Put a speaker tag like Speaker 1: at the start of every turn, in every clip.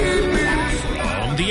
Speaker 1: From the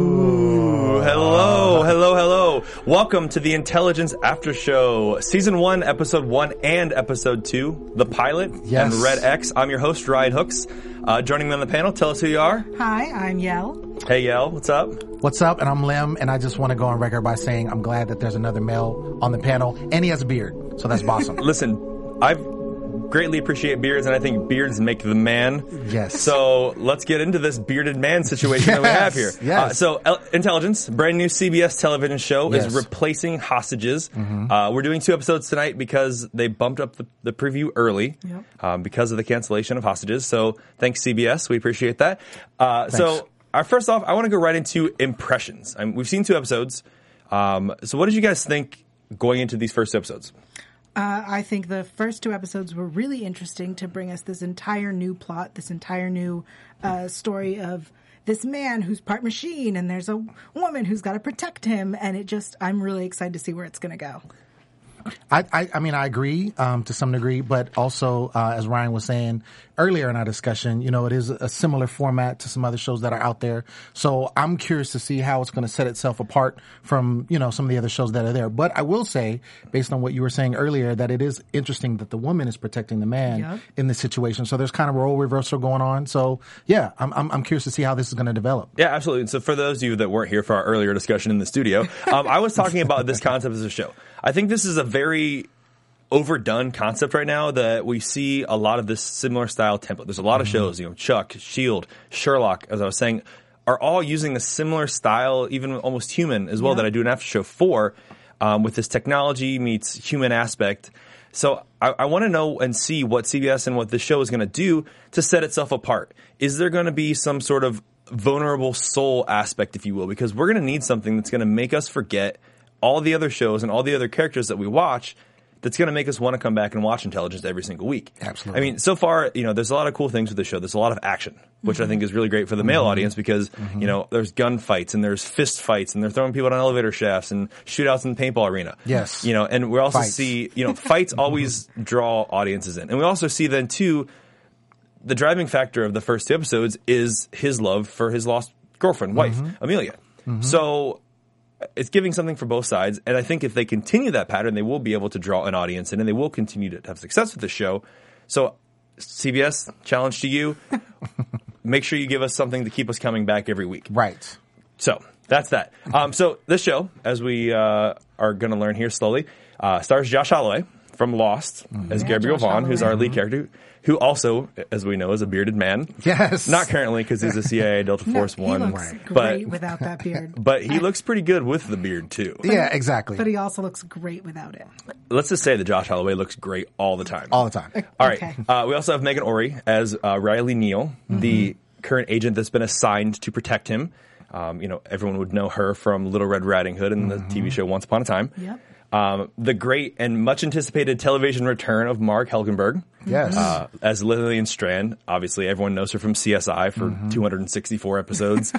Speaker 2: Hello, hello, hello. Welcome to the Intelligence After Show, Season 1, Episode 1 and Episode 2, The Pilot
Speaker 3: Yes.
Speaker 2: and Red X. I'm your host, Ryan Hooks. Uh, joining me on the panel, tell us who you are.
Speaker 4: Hi, I'm Yell.
Speaker 2: Hey, Yell, what's up?
Speaker 3: What's up? And I'm Lim, and I just want to go on record by saying I'm glad that there's another male on the panel, and he has a beard, so that's awesome.
Speaker 2: Listen, I greatly appreciate beards, and I think beards make the man.
Speaker 3: Yes.
Speaker 2: So let's get into this bearded man situation that we
Speaker 3: Yes,
Speaker 2: have here. Uh,
Speaker 3: yes.
Speaker 2: so, El- Intelligence, brand new CBS television show,
Speaker 3: Yes. Mm-hmm.
Speaker 2: is replacing Hostages. Uh, we're doing two episodes tonight because they bumped up the, the preview early
Speaker 4: Yep.
Speaker 2: um, because of the cancellation of Hostages. So, thanks, CBS. We appreciate that. Uh, so, our, first off, I want to go right into impressions. I mean, we've seen two episodes. Um, so, what did you guys think going into these first episodes?
Speaker 4: Uh, I think the first two episodes were really interesting to bring us this entire new plot, this entire new uh, story of this man who's part machine, and there's a woman who's got to protect him. And it just, I'm really excited to see where it's going to go.
Speaker 3: I, I, I mean, I agree um, to some degree, but also, uh, as Ryan was saying earlier in our discussion, you know, it is a similar format to some other shows that are out there. So I'm curious to see how it's going to set itself apart from, you know, some of the other shows that are there. But I will say, based on what you were saying earlier, that it is interesting that the woman is protecting the man
Speaker 4: Yep.
Speaker 3: in this situation. So there's kind of role reversal going on. So yeah, I'm, I'm, I'm curious to see how this is going to develop.
Speaker 2: Yeah, absolutely. And so, for those of you that weren't here for our earlier discussion in the studio, um, I was talking about this concept as a show. I think this is a very overdone concept right now that we see a lot of this similar style template. There's a lot of shows, you know, Chuck, Shield, E Sherlock, as I was saying, are all using a similar style, even almost human as well, that I do an after show for um, with this technology meets human aspect. So I, I want to know and see what CBS and what this show is going to do to set itself apart. Is there going to be some sort of vulnerable soul aspect, if you will? Because we're going to need something that's going to make us forget all the other shows and all the other characters that we watch that's going to make us want to come back and watch Intelligence every single week.
Speaker 3: Absolutely.
Speaker 2: I mean, so far, you know, there's a lot of cool things with the show. There's a lot of action, which I think is really great for the
Speaker 3: Mm-hmm.
Speaker 2: male audience because, you know, there's gunfights and there's fist fights and they're throwing people down elevator shafts and shootouts in the paintball arena.
Speaker 3: Yes.
Speaker 2: You know, and we also
Speaker 3: Fights.
Speaker 2: see, you know, fights always draw audiences in. And we also see then too the driving factor of the first two episodes is his love for his lost girlfriend, wife,
Speaker 3: Mm-hmm.
Speaker 2: Amelia. So it's giving something for both sides. And I think if they continue that pattern, they will be able to draw an audience in and they will continue to have success with the show. So, CBS, challenge to you. Make sure you give us something to keep us coming back every week.
Speaker 3: Right.
Speaker 2: So that's that. Um, so this show, as we uh, are going to learn here slowly, uh, stars Josh Holloway from Lost
Speaker 3: Mm-hmm.
Speaker 2: as Gabriel
Speaker 4: Josh
Speaker 2: Vaughn, who's
Speaker 4: Holloway.
Speaker 2: our lead character, who also, as we know, is a bearded man.
Speaker 3: Yes.
Speaker 2: Not currently because he's a CIA Delta Force
Speaker 4: he
Speaker 2: One,
Speaker 4: looks
Speaker 2: but
Speaker 4: great without that beard.
Speaker 2: but he looks pretty good with the beard too.
Speaker 3: Yeah, exactly.
Speaker 4: But he also looks great without it.
Speaker 2: Let's just say that Josh Holloway looks great all the time.
Speaker 3: All the time.
Speaker 2: All right.
Speaker 4: Okay.
Speaker 2: Uh, we also have Megan Ori as uh, Riley Neal, the current agent that's been assigned to protect him. Um, you know, everyone would know her from Little Red Riding Hood and the TV show Once Upon a Time.
Speaker 4: Yep.
Speaker 2: Um, the great and much anticipated television return of Mark Helgenberg.
Speaker 3: Yes.
Speaker 2: Uh, as Lillian Strand, obviously everyone knows her from CSI for
Speaker 3: Mm-hmm.
Speaker 2: 264 episodes.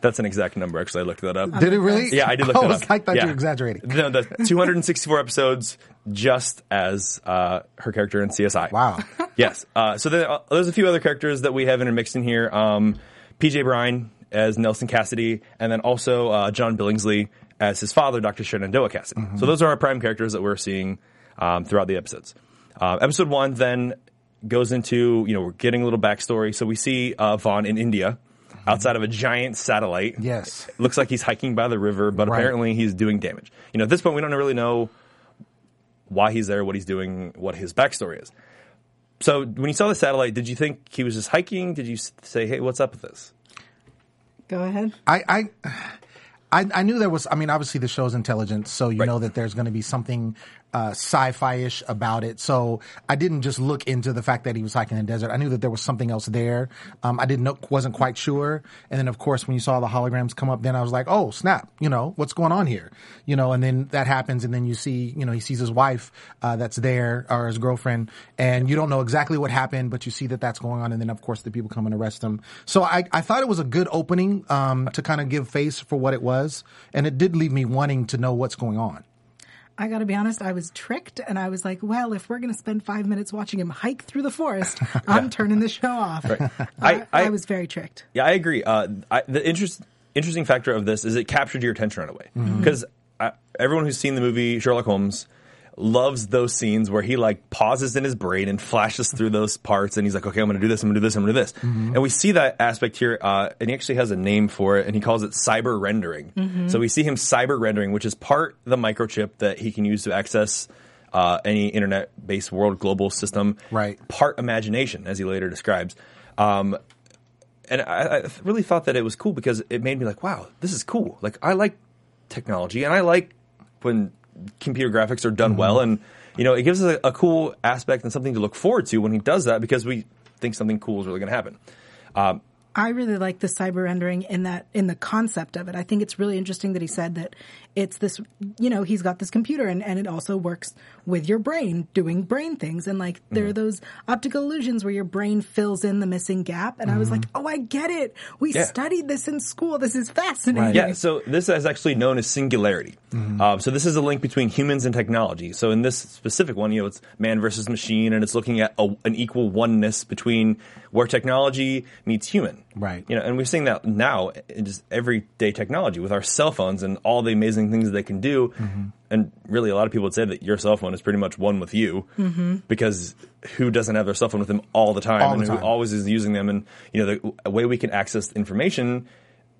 Speaker 2: That's an exact number, actually. I looked that up.
Speaker 3: Did it really?
Speaker 2: Yeah, I did look that
Speaker 3: I
Speaker 2: up.
Speaker 3: was Oh, like, thought
Speaker 2: Yeah.
Speaker 3: you were exaggerating.
Speaker 2: No, the 264 episodes, just as uh, her character in CSI.
Speaker 3: Wow.
Speaker 2: Yes. Uh, so there, uh, there's a few other characters that we have intermixed in here. Um, PJ Bryan as Nelson Cassidy, and then also uh, John Billingsley as his father, Dr. Shenandoah Cassidy.
Speaker 3: Mm-hmm.
Speaker 2: So those are our prime characters that we're seeing um, throughout the episodes. Uh, episode one then goes into you know we're getting a little backstory. So we see uh, Vaughn in India. Outside of a giant satellite,
Speaker 3: Mm-hmm. Yes.
Speaker 2: It looks like he's hiking by the river, but
Speaker 3: Right.
Speaker 2: apparently he's doing damage. You know, at this point, we don't really know why he's there, what he's doing, what his backstory is. So when you saw the satellite, did you think he was just hiking? Did you s- say, "Hey, what's up with this"?
Speaker 4: Go ahead.
Speaker 3: I, I, I, I knew there was. I mean, obviously the show's intelligent, so you
Speaker 2: Right.
Speaker 3: know that there's going to be something uh, sci-fi-ish about it. So I didn't just look into the fact that he was hiking in the desert. I knew that there was something else there. Um, I didn't know, wasn't quite sure. And then of course when you saw the holograms come up, then I was like, oh snap, you know what's going on here, you know. And then that happens, and then you see, you know, he sees his wife uh, that's there or his girlfriend, and you don't know exactly what happened, but you see that that's going on, and then of course the people come and arrest him. So I, I thought it was a good opening um, to kind of give face for what it was, and it did leave me wanting to know what's going on.
Speaker 4: I got to be honest, I was tricked and I was like, well, if we're going to spend five minutes watching him hike through the forest, I'm turning the show off. I,
Speaker 2: I-
Speaker 4: I was very tricked.
Speaker 2: Yeah, I agree. Uh, I, the interest, interesting factor of this is it captured your attention right away because everyone who's seen the movie Sherlock Holmes loves those scenes where he like pauses in his brain and flashes through those parts and he's like okay i'm gonna do this i'm gonna do this i'm gonna do this and we see that aspect here uh, and he actually has a name for it and he calls it cyber rendering so we see him cyber rendering which is part the microchip that he can use to access uh, any internet-based world global system
Speaker 3: Right.
Speaker 2: part imagination as he later describes um, and I, I really thought that it was cool because it made me like, wow, this is cool. Like I like technology, and I like when computer graphics are done well, and you know, it gives us a, a cool aspect and something to look forward to when he does that because we think something cool is really going to happen.
Speaker 4: I really like the cyber rendering in that in the concept of it. I think it's really interesting that he said that it's this you know, he's got this computer and, and it also works with your brain doing brain things and like there
Speaker 3: Mm-hmm.
Speaker 4: are those optical illusions where your brain fills in the missing gap and I was like,
Speaker 3: Mm-hmm.
Speaker 4: Oh I get it. We
Speaker 2: Yeah.
Speaker 4: studied this in school. This is fascinating.
Speaker 2: Yeah, so this is actually known as singularity.
Speaker 3: Mm-hmm.
Speaker 2: Um, so this is a link between humans and technology. So in this specific one, you know, it's man versus machine, and it's looking at a, an equal oneness between where technology meets human.
Speaker 3: Right.
Speaker 2: You know, and we're seeing that now in just everyday technology with our cell phones and all the amazing things they can do.
Speaker 3: Mm-hmm.
Speaker 2: And really, a lot of people would say that your cell phone is pretty much one with you because who doesn't have their cell phone with them all the time
Speaker 3: Mm-hmm. All
Speaker 2: and
Speaker 3: the
Speaker 2: who
Speaker 3: time.
Speaker 2: always is using them? And you know, the a way we can access information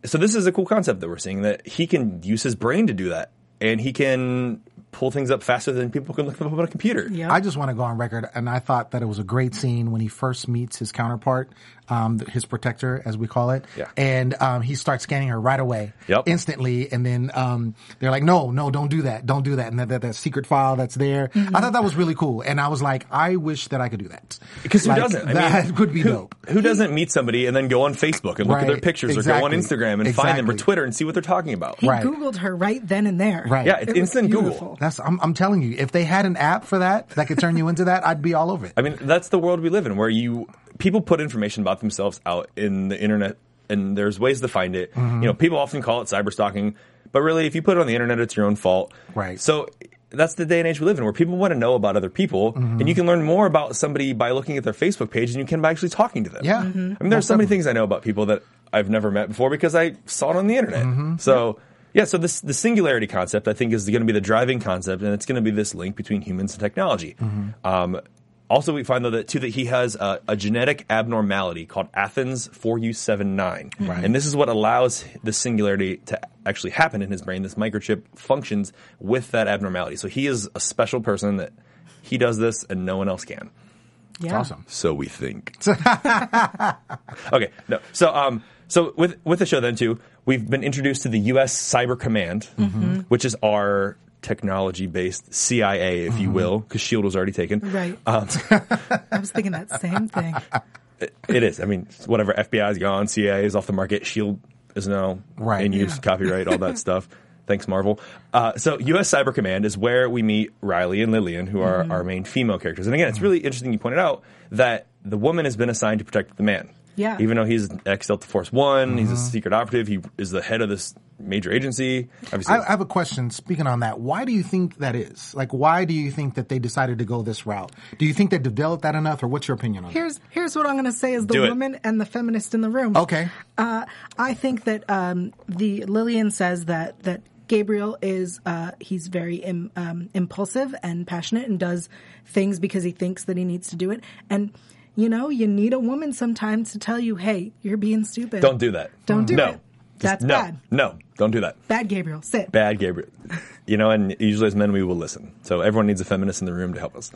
Speaker 2: so this is a cool concept that we're seeing that he can use his brain to do that and he can pull things up faster than people can look them up on a computer
Speaker 4: Yeah.
Speaker 3: I just want to go on record, and I thought that it was a great scene when he first meets his counterpart, um, th- his protector, as we call it.
Speaker 2: Yeah.
Speaker 3: And um, he starts scanning her right away,
Speaker 2: Yep.
Speaker 3: instantly, and then um, they're like, "No, no, don't do that, don't do that," and that that, that secret file that's there. I thought that was really cool, and I was like, "I wish that I could do that."
Speaker 2: because who
Speaker 3: Like,
Speaker 2: doesn't I mean,
Speaker 3: that would be
Speaker 2: who,
Speaker 3: dope.
Speaker 2: who doesn't meet somebody and then go on facebook and look at their
Speaker 3: Right,
Speaker 2: pictures or go on
Speaker 3: exactly,
Speaker 2: instagram and find them or
Speaker 3: exactly.
Speaker 2: twitter and see what they're talking about
Speaker 4: he
Speaker 3: Right.
Speaker 4: Googled her right then and there.
Speaker 3: Right.
Speaker 2: yeah it's
Speaker 4: It was
Speaker 2: instant
Speaker 4: beautiful.
Speaker 2: google
Speaker 3: That's I'm, I'm telling you, if they had an app for that that could turn you into that, I'd be all over it.
Speaker 2: i mean that's the world we live in where you people put information about themselves out in the internet and there's ways to find it
Speaker 3: Mm-hmm.
Speaker 2: you know people often call it cyber stalking but really if you put it on the internet it's your own fault
Speaker 3: Right.
Speaker 2: so so that's the day and age we live in where people want to know about other people
Speaker 3: Mm-hmm.
Speaker 2: and you can learn more about somebody by looking at their facebook page and you can by actually talking to them
Speaker 3: Yeah.
Speaker 2: i mean
Speaker 3: Mhm.
Speaker 2: there's so many things i know about people that i've never met before because i saw it on the internet
Speaker 3: Mm-hmm.
Speaker 2: so yeah so this the singularity concept i think is going to be the driving concept and it's going to be this link between humans and technology
Speaker 3: Mm-hmm.
Speaker 2: um, also we find though that too that he has a, a genetic abnormality called athens 4u79
Speaker 3: Right.
Speaker 2: and this is what allows the singularity to actually happen in his brain. This microchip functions with that abnormality. So he is a special person that he does this and no one else can.
Speaker 3: It's
Speaker 4: Yeah.
Speaker 3: awesome.
Speaker 2: So we think. okay, no. So um so with with the show then too, we've been introduced to the US Cyber Command, which is our technology based CIA, if you will, because Shield E was already taken.
Speaker 4: Right.
Speaker 2: Um,
Speaker 4: I was thinking that same thing.
Speaker 2: It is. I mean, whatever. FBI is gone. CIA is off the market. Shield E is now
Speaker 3: Right.
Speaker 2: in use. Copyright, all that stuff. Thanks, Marvel. Uh, so, U.S. Cyber Command is where we meet Riley and Lillian, who are
Speaker 4: Mm-hmm.
Speaker 2: our main female characters. And again, it's really interesting you pointed out that the woman has been assigned to protect the man.
Speaker 4: Yeah. Mm-hmm.
Speaker 2: Even though he's ex Delta Force One, he's a secret operative. He is the head of this major agency. Obviously,
Speaker 3: I, I have a question. Speaking on that, why do you think that is? Like, why do you think that they decided to go this route? Do you think they developed that enough, or what's your opinion on
Speaker 4: Here's here's what I'm going to say as the
Speaker 2: Do it.
Speaker 4: woman and the feminist in the room.
Speaker 3: that? Okay,
Speaker 4: Uh, I think that um, the Lillian says that that Gabriel is uh, he's very Im, um, impulsive and passionate and does things because he thinks that he needs to do it. And you know, you need a woman sometimes to tell you, "Hey, you're being stupid.
Speaker 2: don't do that.
Speaker 4: Don't do
Speaker 2: no.
Speaker 4: it." That's
Speaker 2: no,
Speaker 4: bad.
Speaker 2: no, don't do that.
Speaker 4: Bad Gabriel. Sit.
Speaker 2: Bad Gabriel. You know, and usually as men we will listen. So everyone needs a feminist in the room to help us.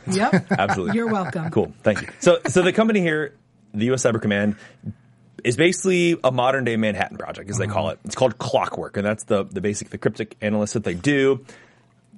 Speaker 4: Yep.
Speaker 2: Absolutely.
Speaker 4: You're welcome.
Speaker 2: Cool. Thank you. So, so the company here, the U.S. Cyber Command, is basically a modern day Manhattan Project, as they call
Speaker 4: Mm-hmm.
Speaker 2: it. It's called Clockwork, and that's the the basic, the cryptic analysis that they do.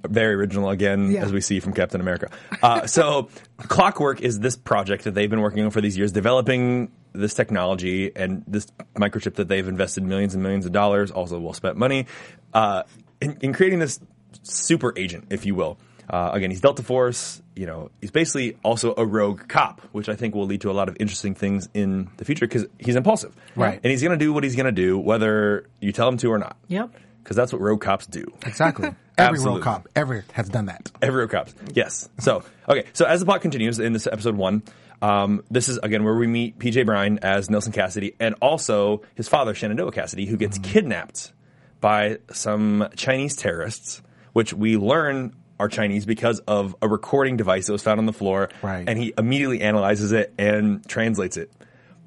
Speaker 2: Very original again,
Speaker 4: Yeah.
Speaker 2: as we see from Captain America. Uh, so, Clockwork is this project that they've been working on for these years, developing this technology and this microchip that they've invested millions and millions of dollars, also well spent money, uh, in, in creating this super agent, if you will. Uh, again, he's Delta Force. You know, he's basically also a rogue cop, which I think will lead to a lot of interesting things in the future because he's impulsive,
Speaker 3: Right.
Speaker 2: And he's going to do what he's going to do, whether you tell him to or not.
Speaker 4: Yep.
Speaker 2: Because that's what rogue cops do.
Speaker 3: Exactly. Every
Speaker 2: Absolutely.
Speaker 3: road cop ever has done that.
Speaker 2: Every rogue cops. Yes. So okay. So as the plot continues in this episode one, um, this is again where we meet PJ Bryan as Nelson Cassidy and also his father Shenandoah Cassidy, who gets kidnapped by some Chinese terrorists, which we learn are Chinese because of a recording device that was found on the floor,
Speaker 3: Right.
Speaker 2: and he immediately analyzes it and translates it.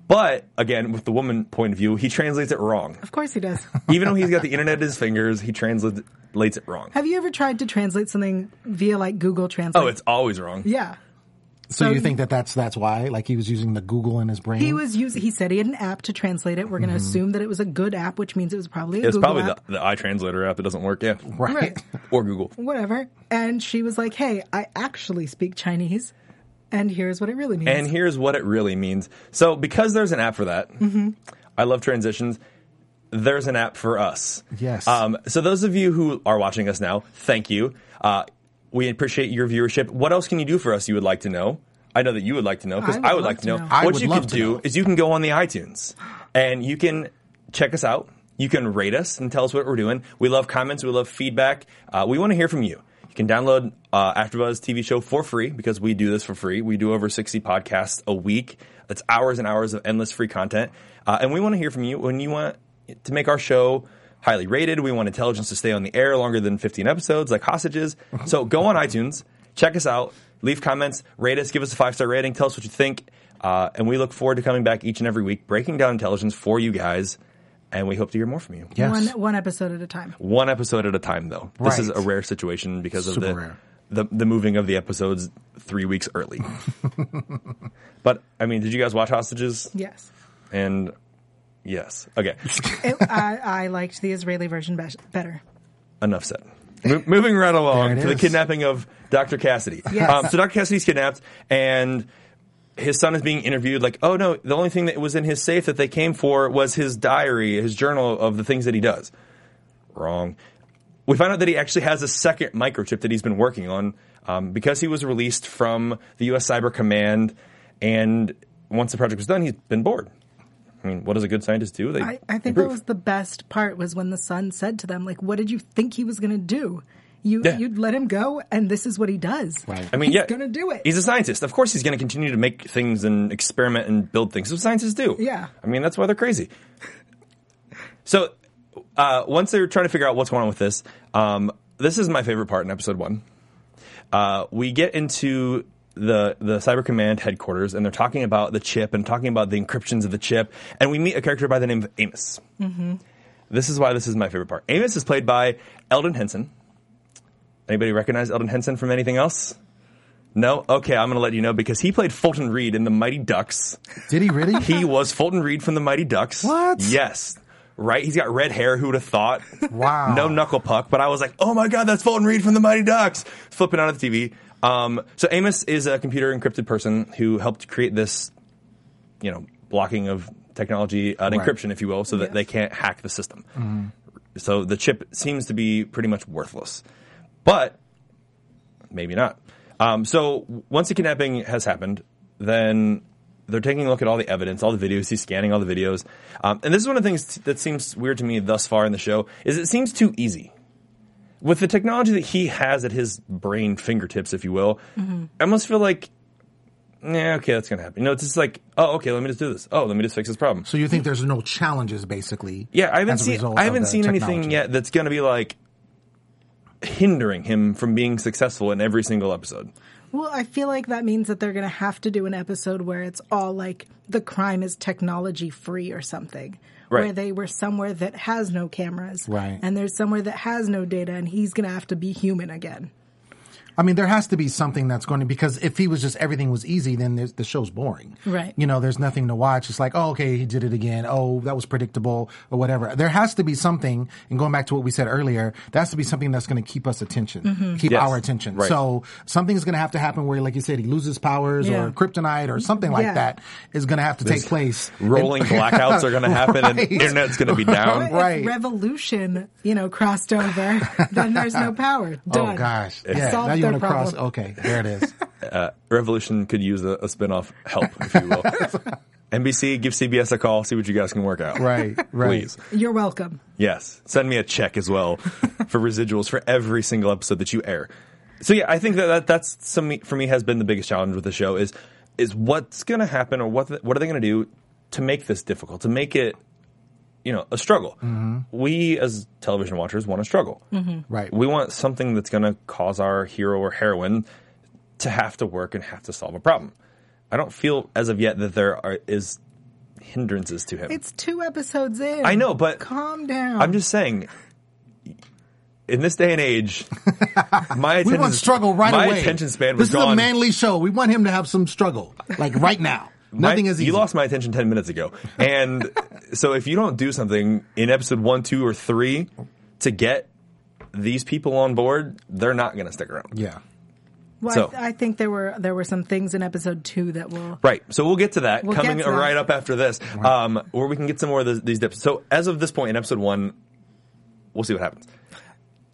Speaker 2: But again, with the woman point of view, he translates it wrong.
Speaker 4: Of course he does.
Speaker 2: Even though he's got the internet at his fingers, he translates it wrong.
Speaker 4: Have you ever tried to translate something via like Google Translate?
Speaker 2: Oh, it's always wrong.
Speaker 4: yeah.
Speaker 3: So,
Speaker 4: So
Speaker 3: you
Speaker 4: you-
Speaker 3: think that that's that's why? Like he was using the Google in his brain.
Speaker 2: Mm-hmm.
Speaker 4: He was using. He said he had an app to translate it. We're going to assume that it was a good app, which means it was probably a
Speaker 2: It's
Speaker 4: Google
Speaker 2: probably
Speaker 4: app.
Speaker 2: the, the iTranslator app that doesn't work, yeah.
Speaker 3: right.
Speaker 4: Right.
Speaker 2: Or Google.
Speaker 4: Whatever. And she was like, "Hey, I actually speak Chinese, and here's what it really means."
Speaker 2: And here's what it really means. So, because there's an app for that, I love transitions. There's an app for us.
Speaker 3: Yes.
Speaker 2: Um, so, those of you who are watching us now, thank you. Uh, we appreciate your viewership. What else can you do for us you would like to know? I know that you would like to know because
Speaker 4: I would
Speaker 2: I, would
Speaker 4: love
Speaker 2: like to
Speaker 4: to
Speaker 2: know.
Speaker 4: know.
Speaker 3: I
Speaker 2: what
Speaker 3: would
Speaker 2: you
Speaker 3: love
Speaker 2: can
Speaker 3: to
Speaker 2: do
Speaker 3: know.
Speaker 2: is you can go on the iTunes and you can check us out. You can rate us and tell us what we're doing. We love comments. We love feedback. Uh, we want to hear from you. You can download uh, AfterBuzz TV show for free because we do this for free. We do over 60 podcasts a week. That's hours and hours of endless free content. Uh, and we want to hear from you when you want to make our show highly rated. We want intelligence to stay on the air longer than 15 episodes, like hostages.
Speaker 3: Mhm.
Speaker 2: So go on iTunes, check us out, leave comments, rate us, give us a five star rating, tell us what you think. Uh, and we look forward to coming back each and every week, breaking down intelligence for you guys. And we hope to hear more from you.
Speaker 3: Yes.
Speaker 4: one one episode at a time.
Speaker 2: One episode at a time, though. This is
Speaker 3: Right.
Speaker 2: a rare situation because
Speaker 3: Super
Speaker 2: of the,
Speaker 3: rare.
Speaker 2: the the moving of the episodes three weeks early. but I mean, did you guys watch Hostages?
Speaker 4: Yes.
Speaker 2: And yes, okay.
Speaker 4: It, I, I liked the Israeli version bes- better.
Speaker 2: enough said. Mo- moving right
Speaker 3: There
Speaker 2: along
Speaker 3: it
Speaker 2: to the
Speaker 3: is.
Speaker 2: kidnapping of Dr. Cassidy.
Speaker 4: Yes.
Speaker 2: Um, so Dr. Cassidy's kidnapped and his son is being interviewed like, oh no, the only thing that was in his safe that they came for was his diary, his journal of the things that he does. Wrong. We find out that he actually has a second microchip that he's been working on um, because he was released from the U.S. Cyber Command. And once the project was done, he's been bored. I mean, what does a good scientist do? They
Speaker 4: I, I think
Speaker 2: improve.
Speaker 4: that was the best part was when the son said to them, like, what did you think he was going to do? You,
Speaker 2: Yeah.
Speaker 4: You'd let him go, and this is what he does.
Speaker 3: Right.
Speaker 2: I mean,
Speaker 4: he's
Speaker 2: yeah,
Speaker 4: going to do it.
Speaker 2: He's a scientist. Of course, he's going to continue to make things and experiment and build things. That's what scientists do.
Speaker 4: Yeah.
Speaker 2: I mean, that's why they're crazy. so, uh, once they're trying to figure out what's going on with this, um, this is my favorite part in episode one. Uh, we get into the the Cyber Command headquarters, and they're talking about the chip and talking about the encryptions of the chip, and we meet a character by the name of Amos.
Speaker 4: Mm-hmm.
Speaker 2: This is why this is my favorite part. Amos is played by Eldon Henson. Anybody recognize Eldon Henson from anything else? No? Okay, I'm going to let you know because he played Fulton Reed in The Mighty Ducks.
Speaker 3: Did he really?
Speaker 2: He was Fulton Reed from The Mighty Ducks.
Speaker 3: What?
Speaker 2: Yes. Right? He's got red hair. Who would have thought?
Speaker 3: Wow.
Speaker 2: No knuckle puck, but I was like, oh my God, that's Fulton Reed from The Mighty Ducks. Flipping out of the TV. Um, so Amos is a computer encrypted person who helped create this, you know, blocking of technology, an
Speaker 3: Right.
Speaker 2: encryption, if you will, so that
Speaker 4: Yes.
Speaker 2: they can't hack the system. So the chip seems to be pretty much worthless. But maybe not. Um, so w- once the kidnapping has happened, then they're taking a look at all the evidence, all the videos. He's scanning all the videos, um, and this is one of the things t- that seems weird to me thus far in the show. Is it seems too easy with the technology that he has at his brain fingertips, if you will. I almost feel like, yeah, okay, that's gonna happen. You know, it's just like, oh, okay, let me just do this. Oh, let me just fix this problem.
Speaker 3: so you think there's no challenges basically?
Speaker 2: Yeah, I haven't
Speaker 3: as a
Speaker 2: seen
Speaker 3: result
Speaker 2: I
Speaker 3: of
Speaker 2: haven't
Speaker 3: the
Speaker 2: seen anything
Speaker 3: technology?
Speaker 2: yet that's going to be like hindering him from being successful in every single episode.
Speaker 4: Well, I feel like that means that they're going to have to do an episode where it's all like the crime is technology free or something.
Speaker 2: Right.
Speaker 4: Where they were somewhere that has no cameras.
Speaker 3: Right.
Speaker 4: And there's somewhere that has no data and he's going to have to be human again.
Speaker 3: I mean, there has to be something that's going to because if he was just everything was easy, then there's, the show's boring.
Speaker 4: Right.
Speaker 3: You know, there's nothing to watch. It's like, oh, okay, he did it again. Oh, that was predictable or whatever. There has to be something. And going back to what we said earlier, there has to be something that's going to keep us attention,
Speaker 4: Mm-hmm.
Speaker 3: keep
Speaker 2: Yes.
Speaker 3: our attention.
Speaker 2: Right.
Speaker 3: So something's going to have to happen where, like you said, he loses powers
Speaker 4: Yeah.
Speaker 3: or kryptonite or something like
Speaker 4: Yeah.
Speaker 3: that is going to have to take place.
Speaker 2: Rolling blackouts are going to happen and
Speaker 3: Right.
Speaker 2: internet's going to be down.
Speaker 3: Um, Right.
Speaker 4: If revolution, you know, crossed over, then there's no power. Done.
Speaker 3: Oh gosh! Yeah,
Speaker 4: Solved
Speaker 3: now you
Speaker 4: their
Speaker 3: want to cross?
Speaker 4: problem.
Speaker 3: Okay, there it is.
Speaker 2: Revolution could use a, a spin-off help, if you will. NBC, give CBS a call, see what you guys can work out.
Speaker 3: right, right.
Speaker 2: Please.
Speaker 4: You're welcome.
Speaker 2: Yes. Send me a check as well for residuals for every single episode that you air. So yeah, I think that, that that's some for me has been the biggest challenge with the show is is what's going to happen or what what are they going to do to make this difficult to make it you know a struggle. We as television watchers want to struggle.
Speaker 3: Right.
Speaker 2: We want something that's going to cause our hero or heroine to have to work and have to solve a problem. I don't feel as of yet that there are is hindrances to him.
Speaker 4: It's two episodes in.
Speaker 2: I know, but
Speaker 4: Calm down.
Speaker 2: I'm just saying. In this day and age, my attention
Speaker 3: We want struggle right
Speaker 2: my
Speaker 3: away.
Speaker 2: attention span was
Speaker 3: this
Speaker 2: gone.
Speaker 3: is a manly show. We want him to have some struggle, like right now.
Speaker 2: My-
Speaker 3: Nothing is easy.
Speaker 2: You lost my attention ten minutes ago, and so if you don't do something in episode one, two, or three to get these people on board, they're not going to stick around.
Speaker 3: Yeah.
Speaker 4: Well,
Speaker 2: So-
Speaker 4: I, th- I think there were there were some things in episode two that will.
Speaker 2: Right. So we'll get to that
Speaker 4: We'll
Speaker 2: coming
Speaker 4: get to that.
Speaker 2: right up after this, um, where we can get some more of those, these dips. So as of this point in episode one, we'll see what happens.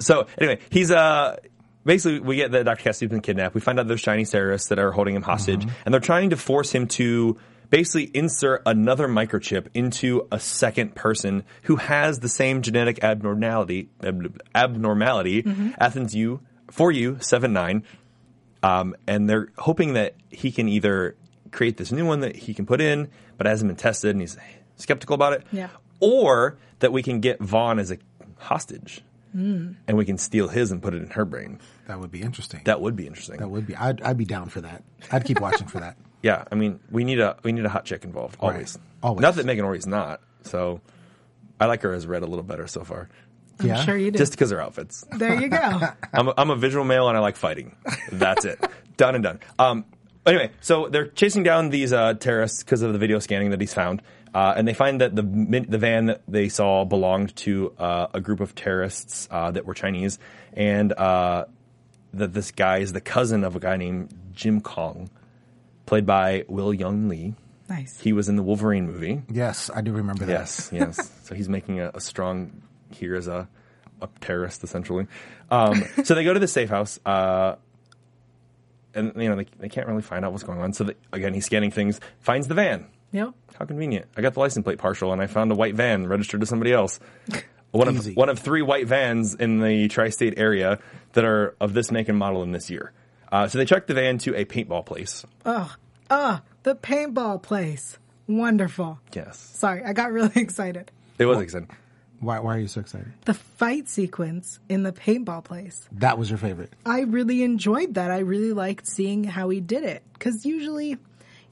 Speaker 2: So anyway, he's uh basically we get that Dr. Cassidy's been kidnapped. We find out there's Chinese terrorists that are holding him hostage, and they're trying to force him to basically insert another microchip into a second person who has the same genetic abnormality ab- abnormality Athens U for you seven nine. Um, and they're hoping that he can either create this new one that he can put in, but hasn't been tested, and he's skeptical about it.
Speaker 4: Yeah.
Speaker 2: Or that we can get Vaughn as a hostage, and we can steal his and put it in her brain.
Speaker 3: That would be interesting.
Speaker 2: That would be interesting.
Speaker 3: That would be. I'd, I'd be down for that. I'd keep watching for that.
Speaker 2: yeah, I mean, we need a we need a hot chick involved always.
Speaker 3: Always.
Speaker 2: Not that Megan Ory's not. So I like her as Red a little better so far,
Speaker 4: I'm
Speaker 3: yeah.
Speaker 4: sure you did.
Speaker 2: just because her outfits.
Speaker 4: there you go.
Speaker 2: I'm a, I'm a visual male and I like fighting. That's it. done and done. Um, anyway, so they're chasing down these uh, terrorists because of the video scanning that he's found, uh, and they find that the min- the van that they saw belonged to uh, a group of terrorists uh, that were Chinese, and uh, that this guy is the cousin of a guy named Jim Kong, played by Will Young Lee.
Speaker 4: Nice.
Speaker 2: He was in the Wolverine movie.
Speaker 3: Yes, I do remember that.
Speaker 2: Yes, yes. so he's making a, a strong here as a, a terrorist essentially. Um, so they go to the safe house, uh, and you know they, they can't really find out what's going on. So they, again, he's scanning things, finds the van.
Speaker 4: yep.
Speaker 2: How convenient! I got the license plate partial, and I found a white van registered to somebody else. One of
Speaker 3: Easy.
Speaker 2: one of three white vans in the tri-state area that are of this make and model in this year. Uh, so they checked the van to a paintball place.
Speaker 4: The paintball place. Wonderful.
Speaker 2: Yes,
Speaker 4: Sorry, I got really excited.
Speaker 2: it was exciting.
Speaker 3: Why, why are you so excited?
Speaker 4: The fight sequence in the paintball place.
Speaker 3: That was your favorite.
Speaker 4: I really enjoyed that. I really liked seeing how he did it cuz usually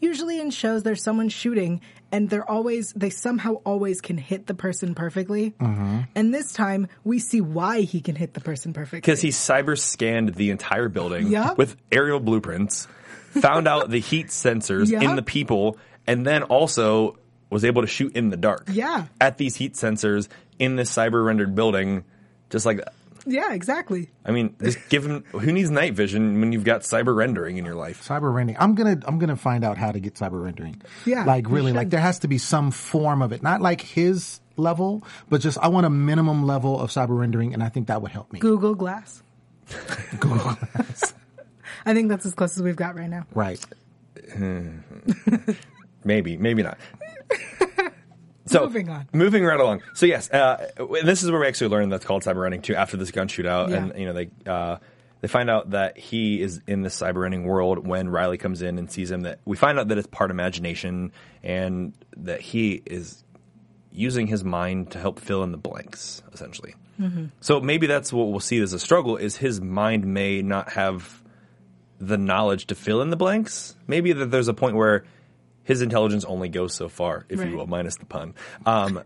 Speaker 4: usually in shows there's someone shooting and they're always they somehow always can hit the person perfectly. And this time we see why he can hit the person perfectly.
Speaker 2: because he cyber scanned the entire building
Speaker 4: Yup.
Speaker 2: with aerial blueprints, found out the heat sensors in
Speaker 4: Yup.
Speaker 2: the people, and then also was able to shoot in the dark.
Speaker 4: Yeah.
Speaker 2: At these heat sensors in this cyber rendered building, just like that.
Speaker 4: Yeah, exactly.
Speaker 2: I mean, just give him who needs night vision when you've got cyber rendering in your life?
Speaker 3: Cyber rendering. I'm gonna I'm gonna find out how to get cyber rendering.
Speaker 4: Yeah,
Speaker 3: Like
Speaker 4: you
Speaker 3: really, like
Speaker 4: should.
Speaker 3: there has to be some form of it. Not like his level, but just I want a minimum level of cyber rendering, and I think that would help me.
Speaker 4: Google Glass.
Speaker 3: Google.
Speaker 4: I think that's as close as we've got right now.
Speaker 3: right.
Speaker 2: Maybe, maybe not. So
Speaker 4: Moving on.
Speaker 2: moving right along. So yes, uh, and this is where we actually learned that's called cyber running too. After this gun shootout,
Speaker 4: Yeah.
Speaker 2: and you know they uh, they find out that he is in this cyber running world when Riley comes in and sees him. That we find out that it's part imagination and that he is using his mind to help fill in the blanks essentially. So maybe that's what we'll see as a struggle: is his mind may not have the knowledge to fill in the blanks. Maybe that there's a point where his intelligence only goes so far, if
Speaker 4: Right.
Speaker 2: you will, minus the pun. Um,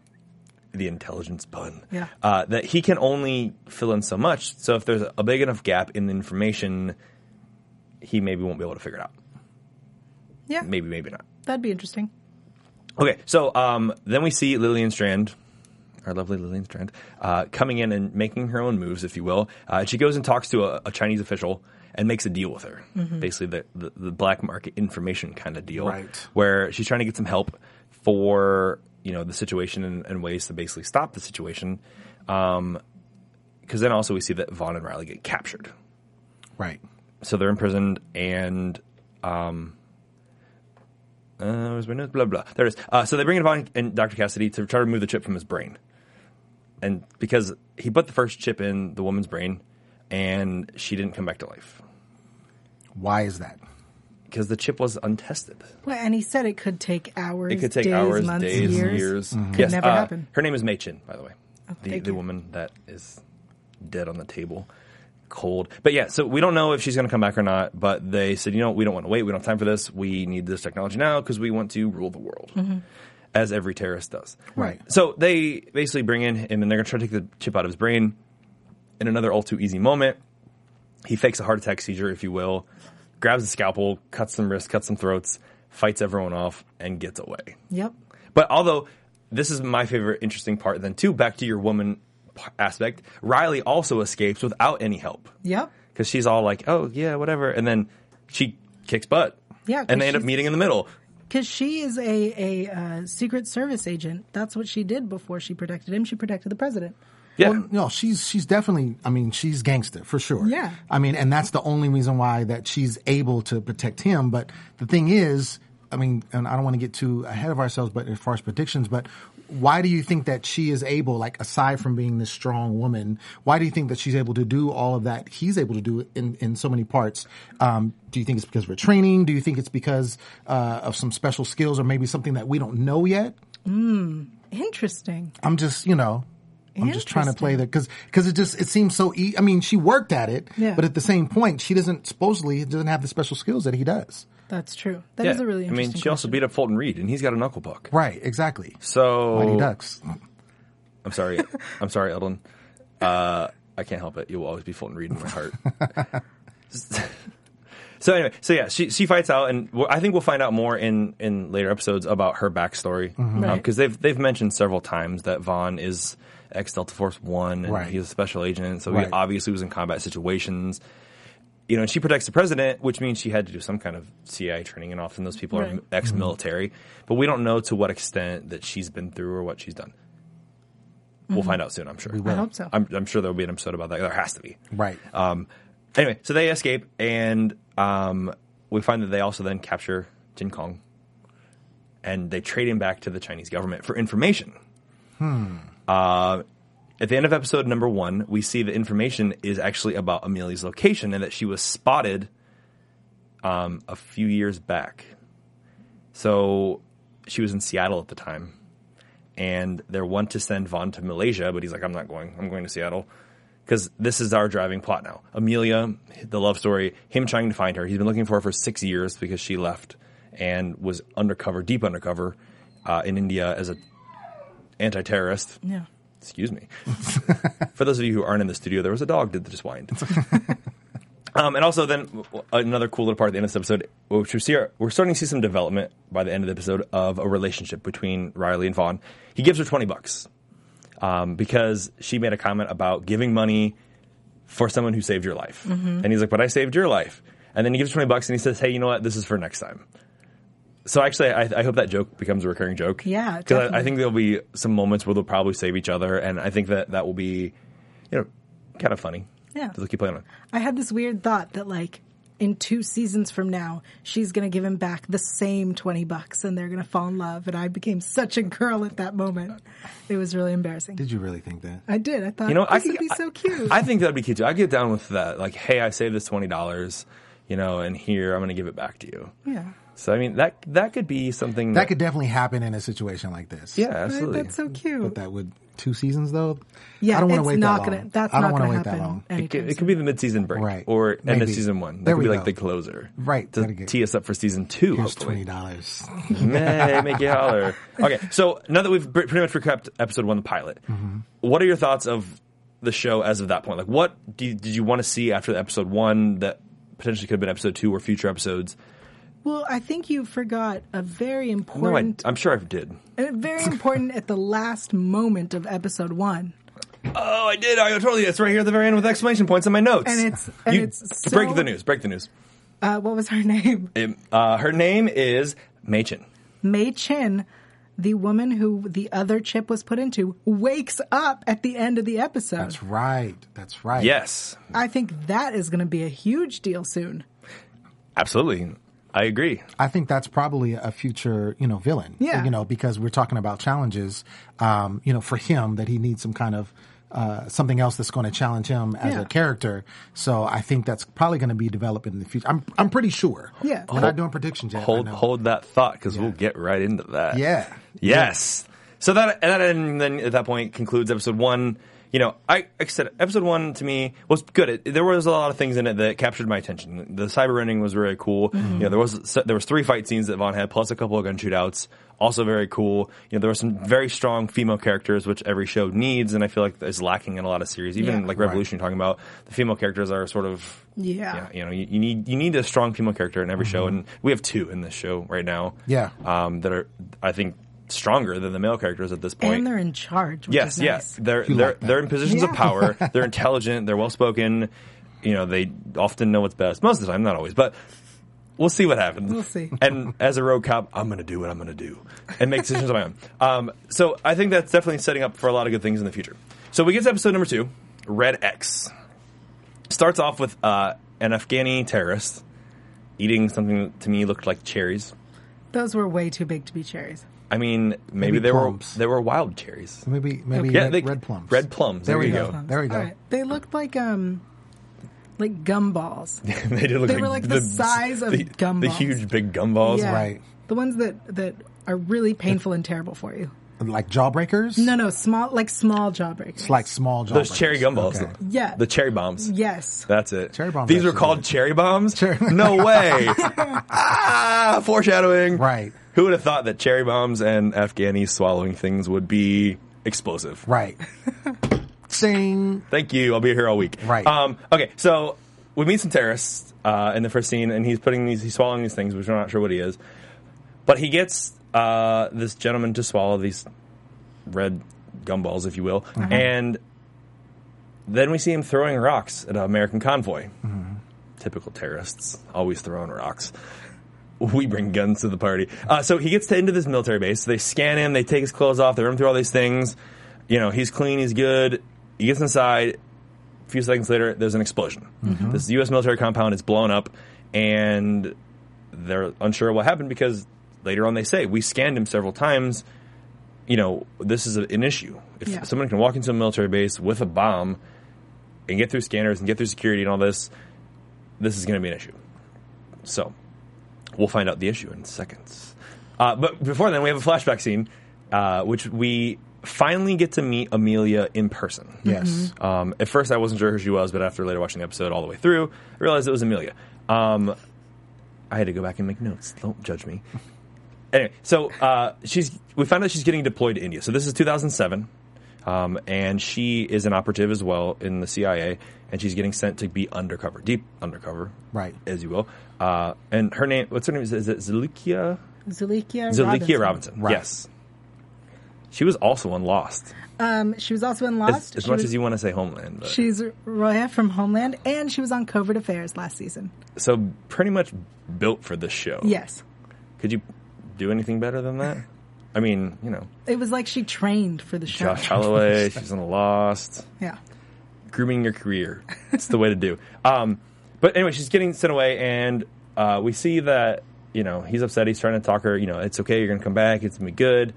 Speaker 2: the intelligence pun.
Speaker 4: Yeah.
Speaker 2: Uh, that he can only fill in so much. So if there's a big enough gap in the information, he maybe won't be able to figure it out.
Speaker 4: Yeah,
Speaker 2: Maybe, maybe not.
Speaker 4: that'd be interesting.
Speaker 2: Okay, so um, then we see Lillian Strand, our lovely Lillian Strand, uh, coming in and making her own moves, if you will. Uh, she goes and talks to a, a Chinese official and makes a deal with her, basically the, the the black market information kind of deal,
Speaker 3: Right.
Speaker 2: Where she's trying to get some help for you know the situation and, and ways to basically stop the situation. Because then also we see that Vaughn and Riley get captured,
Speaker 3: Right.
Speaker 2: so they're imprisoned and um uh, where's my notes? Blah blah. There it is. Uh, so they bring in Von and Dr. Cassidy to try to remove the chip from his brain, and because he put the first chip in the woman's brain, and she didn't come back to life
Speaker 3: Why is that?
Speaker 2: because the chip was untested.
Speaker 4: Well, and he said it could take hours.
Speaker 2: It could take
Speaker 4: days,
Speaker 2: hours,
Speaker 4: months,
Speaker 2: days, years. uh,
Speaker 4: Could never happen. Oh,
Speaker 2: Her name is Mei Chin, by the way. the
Speaker 4: thank
Speaker 2: the
Speaker 4: you.
Speaker 2: woman that is dead on the table, cold. But yeah, so we don't know if she's going to come back or not. But they said, you know, we don't want to wait. We don't have time for this. We need this technology now because we want to rule the world,
Speaker 4: Mm-hmm.
Speaker 2: as every terrorist does.
Speaker 3: Right.
Speaker 2: So they basically bring in him, and they're going to try to take the chip out of his brain. In another all too easy moment, he fakes a heart attack seizure, if you will, grabs a scalpel, cuts some wrists, cuts some throats, fights everyone off, and gets away.
Speaker 4: Yep.
Speaker 2: But although this is my favorite interesting part, then too, back to your woman p- aspect, Riley also escapes without any help
Speaker 4: Yep.
Speaker 2: because she's all like, "Oh yeah, whatever," and then she kicks butt.
Speaker 4: Yeah, 'cause
Speaker 2: and they end up
Speaker 4: she's-
Speaker 2: meeting in the middle.
Speaker 4: Because she is a a uh, secret service agent. That's what she did before she protected him. She protected the president.
Speaker 2: Yeah,
Speaker 3: Well, no, she's she's definitely. I mean, she's gangster for sure.
Speaker 4: Yeah.
Speaker 3: I mean, and that's the only reason why that she's able to protect him. But the thing is, I mean, and I don't want to get too ahead of ourselves, but as far as predictions, but why do you think that she is able, like aside from being this strong woman, why do you think that she's able to do all of that he's able to do in in so many parts? Um, do you think it's because of her training? Do you think it's because uh, of some special skills, or maybe something that we don't know yet?
Speaker 4: Interesting.
Speaker 3: I'm just, you know, I'm just trying to play the because because it just it seems so. E- I mean, she worked at it,
Speaker 4: Yeah.
Speaker 3: but at the same point, she doesn't supposedly doesn't have the special skills that he does.
Speaker 4: That's true. That is
Speaker 2: yeah.
Speaker 4: a really
Speaker 2: I
Speaker 4: interesting
Speaker 2: mean, she also beat up Fulton Reed, and he's got a knuckle puck.
Speaker 3: Right, exactly.
Speaker 2: So
Speaker 3: Mighty Ducks.
Speaker 2: I'm sorry. I'm sorry, Eldon. Uh, I can't help it. You will always be Fulton Reed in my heart. so anyway, so yeah, she she fights out, and we I think we'll find out more in in later episodes about her backstory because
Speaker 4: Right.
Speaker 2: they've they've mentioned several times that Vaughn is ex Delta Force One, and
Speaker 3: Right.
Speaker 2: he's a special agent, so
Speaker 3: Right.
Speaker 2: he obviously was in combat situations. You know, and she protects the president, which means she had to do some kind of CIA training, and often those people
Speaker 4: Right.
Speaker 2: are ex-military. But we don't know to what extent that she's been through or what she's done. We'll find out soon, I'm sure.
Speaker 4: I hope so.
Speaker 2: I'm, I'm sure there will be an episode about that. There has to be.
Speaker 3: Right.
Speaker 2: Um, anyway, so they escape, and um, we find that they also then capture Jin Kong, and they trade him back to the Chinese government for information. Uh, at the end of episode number one, we see the information is actually about Amelia's location and that she was spotted um, a few years back. So she was in Seattle at the time. And they want to send Vaughn to Malaysia, but he's like, I'm not going. I'm going to Seattle. Because this is our driving plot now. Amelia, the love story, him trying to find her. He's been looking for her for six years because she left and was undercover, deep undercover, uh, in India as a anti terrorist
Speaker 4: Yeah.
Speaker 2: excuse me. For those of you who aren't in the studio, there was a dog that just whined. um, and also, then w- w- another cool little part at the end of this episode, which we see, are- we're starting to see some development by the end of the episode of a relationship between Riley and Vaughn. He gives her twenty bucks um, because she made a comment about giving money for someone who saved your life,
Speaker 4: Mm-hmm.
Speaker 2: and he's like, "But I saved your life." And then he gives her twenty bucks, and he says, "Hey, you know what? This is for next time." So actually, I, I hope that joke becomes a recurring joke.
Speaker 4: Yeah,
Speaker 2: because I, I
Speaker 4: definitely.
Speaker 2: think there'll be some moments where they'll probably save each other, and I think that that will be, you know, kind of funny.
Speaker 4: Yeah.
Speaker 2: they'll keep playing on.
Speaker 4: I had this weird thought that like in two seasons from now, she's gonna give him back the same twenty bucks, and they're gonna fall in love. And I became such a girl at that moment. It was really embarrassing.
Speaker 3: Did you really think that?
Speaker 4: I did. I thought "Oh,
Speaker 2: You know,
Speaker 4: this
Speaker 2: I could
Speaker 4: would be
Speaker 2: I-
Speaker 4: so cute.
Speaker 2: I think that'd be cute too. I get down with that. Like, hey, I saved this twenty dollars, you know, and here I'm going to give it back to you.
Speaker 4: yeah.
Speaker 2: So I mean that that could be something
Speaker 3: That could definitely happen in a situation like this.
Speaker 2: yeah absolutely.
Speaker 4: That's so cute.
Speaker 3: But Mm, that would two seasons though.
Speaker 4: Yeah,
Speaker 3: I don't want
Speaker 4: it's
Speaker 3: to wait
Speaker 4: not
Speaker 3: that long.
Speaker 4: gonna- that's
Speaker 3: I
Speaker 4: not
Speaker 3: don't wanna
Speaker 4: gonna
Speaker 3: wait that
Speaker 4: happen.
Speaker 3: long.
Speaker 2: It could,
Speaker 4: anytime
Speaker 2: it could be the mid-season break,
Speaker 3: Right.
Speaker 2: or end of
Speaker 3: Maybe.
Speaker 2: season one. That
Speaker 3: There
Speaker 2: could be
Speaker 3: we
Speaker 2: like
Speaker 3: go.
Speaker 2: the closer,
Speaker 3: Right.
Speaker 2: To
Speaker 3: Gotta get-
Speaker 2: tee us up for season two.
Speaker 3: Here's
Speaker 2: hopefully.
Speaker 3: twenty dollars.
Speaker 2: May make you holler. Okay, so now that we've pre- pretty much recapped episode one, the pilot, what are your thoughts of the show as of that point? Like, what do you, did you want to see after the episode one that potentially could have been episode two or future episodes?
Speaker 4: Well, I think you forgot a very
Speaker 2: No, I,
Speaker 4: important,
Speaker 2: I'm sure I did.
Speaker 4: uh, very important at the last moment of episode one.
Speaker 2: Oh, I did. I totally. It's right here at the very end with exclamation points in my notes.
Speaker 4: And it's- and
Speaker 2: You-
Speaker 4: it's
Speaker 2: break
Speaker 4: so-
Speaker 2: the news. Break the news.
Speaker 4: Uh, what was her name?
Speaker 2: It- uh, her name is Machin.
Speaker 4: Mei Chin, the woman who the other chip was put into, wakes up at the end of the episode.
Speaker 3: That's right. That's right.
Speaker 2: Yes,
Speaker 4: I think that is going to be a huge deal soon.
Speaker 2: absolutely. I agree.
Speaker 3: I think that's probably a future, you know, villain.
Speaker 4: Yeah.
Speaker 3: You know, because we're talking about challenges, um, you know, for him that he needs some kind of uh, something else that's going to challenge him as
Speaker 4: Yeah.
Speaker 3: a character. So I think that's probably going to be developed in the future. I'm I'm pretty sure.
Speaker 4: Yeah.
Speaker 3: We're not doing predictions yet. I
Speaker 2: hold
Speaker 3: know.
Speaker 2: hold that thought because we'll get right into that.
Speaker 3: Yeah.
Speaker 2: Yes. So that and that and then at that point concludes episode one. You know, I, like I said episode one to me was good. It, there was a lot of things in it that captured my attention. The cyber ending was really cool.
Speaker 3: Mm-hmm.
Speaker 2: You know, there was there was three fight scenes that Vaughn had, plus a couple of gun shootouts, also very cool. You know, there were some very strong female characters, which every show needs, and I feel like is lacking in a lot of series. Even
Speaker 4: Yeah.
Speaker 2: like Revolution, you're talking about the female characters are sort of
Speaker 4: Yeah. Mm-hmm.
Speaker 2: you know, you, you need you need a strong female character in every show, and we have two in this show right now.
Speaker 3: Yeah.
Speaker 2: um, that are I think stronger than the male characters at this point.
Speaker 4: And they're in charge. Which
Speaker 2: yes,
Speaker 4: is nice.
Speaker 2: yes, they're they're
Speaker 3: like that.
Speaker 2: they're in positions of
Speaker 4: Yeah.
Speaker 2: power. they're intelligent. They're well spoken. You know, they often know what's best most of the time, not always, but. We'll see what happens.
Speaker 4: We'll see.
Speaker 2: And as a road cop, I'm going to do what I'm going to do and make decisions on my own. Um, so I think that's definitely setting up for a lot of good things in the future. So we get to episode number two, Red X starts off with uh, an Afghani terrorist eating something that to me looked like cherries.
Speaker 4: Those were way too big to be cherries.
Speaker 2: I mean, maybe,
Speaker 3: Maybe
Speaker 2: they
Speaker 3: plums.
Speaker 2: were they were wild cherries.
Speaker 3: Maybe maybe
Speaker 2: Yeah,
Speaker 3: red,
Speaker 2: they-
Speaker 3: red plums.
Speaker 2: red plums. There
Speaker 3: There,
Speaker 2: you
Speaker 3: we go.
Speaker 2: go.
Speaker 3: There we go.
Speaker 4: All right. They looked like um like gumballs.
Speaker 2: they did look
Speaker 4: They
Speaker 2: like
Speaker 4: were like the size of
Speaker 2: the, The
Speaker 4: gumballs.
Speaker 2: huge big gumballs.
Speaker 4: Yeah.
Speaker 3: right.
Speaker 4: The ones that that are really painful and terrible for you.
Speaker 3: Like jawbreakers.
Speaker 4: No, no, small like small jawbreakers.
Speaker 3: It's like small jawbreakers.
Speaker 2: Those cherry gumballs.
Speaker 3: Oh Okay.
Speaker 4: Yeah.
Speaker 2: The cherry bombs.
Speaker 4: yes.
Speaker 2: That's it.
Speaker 3: Cherry bombs
Speaker 2: These were
Speaker 3: actually
Speaker 2: called
Speaker 3: good.
Speaker 2: cherry bombs? No way. ah, foreshadowing.
Speaker 3: Right.
Speaker 2: Who would have thought that cherry bombs and Afghani swallowing things would be explosive?
Speaker 3: Right. Sing.
Speaker 2: Thank you. I'll be here all week.
Speaker 3: Right.
Speaker 2: Um, okay. So we meet some terrorists uh, in the first scene, and he's putting these, he's swallowing these things, which we're not sure what he is. But he gets uh, this gentleman to swallow these red gumballs, if you will, and then we see him throwing rocks at an American convoy. Typical terrorists, always throwing rocks. We bring guns to the party. Uh, so he gets to into this military base. They scan him. They take his clothes off. They run through all these things. You know, he's clean. He's good. He gets inside. A few seconds later, there's an explosion. This U.S. military compound is blown up, and they're unsure what happened because later on they say we scanned him several times. You know, this is a, an issue. If
Speaker 4: Yeah.
Speaker 2: someone can walk into a military base with a bomb and get through scanners and get through security and all this, this is going to be an issue. So we'll find out the issue in seconds. Uh, but before then, we have a flashback scene, uh, which we finally get to meet Amelia in person.
Speaker 3: Yes.
Speaker 4: Mm-hmm.
Speaker 2: Um, at first, I wasn't sure who she was, but after later watching the episode all the way through, I realized it was Amelia. Um, I had to go back and make notes. Don't judge me. Anyway, so uh, she's we found out she's getting deployed to India. So this is 2007, um, and she is an operative as well in the CIA, and she's getting sent to be undercover, deep undercover,
Speaker 3: Right.
Speaker 2: as you will. Uh, and her name, what's her name? Is it, is it Zulikia?
Speaker 4: Zulikia
Speaker 2: Zulikia
Speaker 4: Robinson.
Speaker 2: Robinson.
Speaker 3: Right.
Speaker 2: Yes. She was also on Lost.
Speaker 4: Um she was also in
Speaker 2: As,
Speaker 4: Lost.
Speaker 2: as
Speaker 4: She
Speaker 2: much
Speaker 4: was-
Speaker 2: as you want to say Homeland, but.
Speaker 4: She's Roya from Homeland and she was on Covert Affairs last season.
Speaker 2: so pretty much built for this show.
Speaker 4: Yes.
Speaker 2: Could you do anything better than that? I mean, you know,
Speaker 4: It was like she trained for the show.
Speaker 2: Josh Holloway, she's in Lost.
Speaker 4: Yeah.
Speaker 2: Grooming your career. It's the way to do. Um, but anyway, she's getting sent away, and uh, we see that, you know, he's upset. He's trying to talk her, you know, it's okay, you're going to come back, it's going to be good.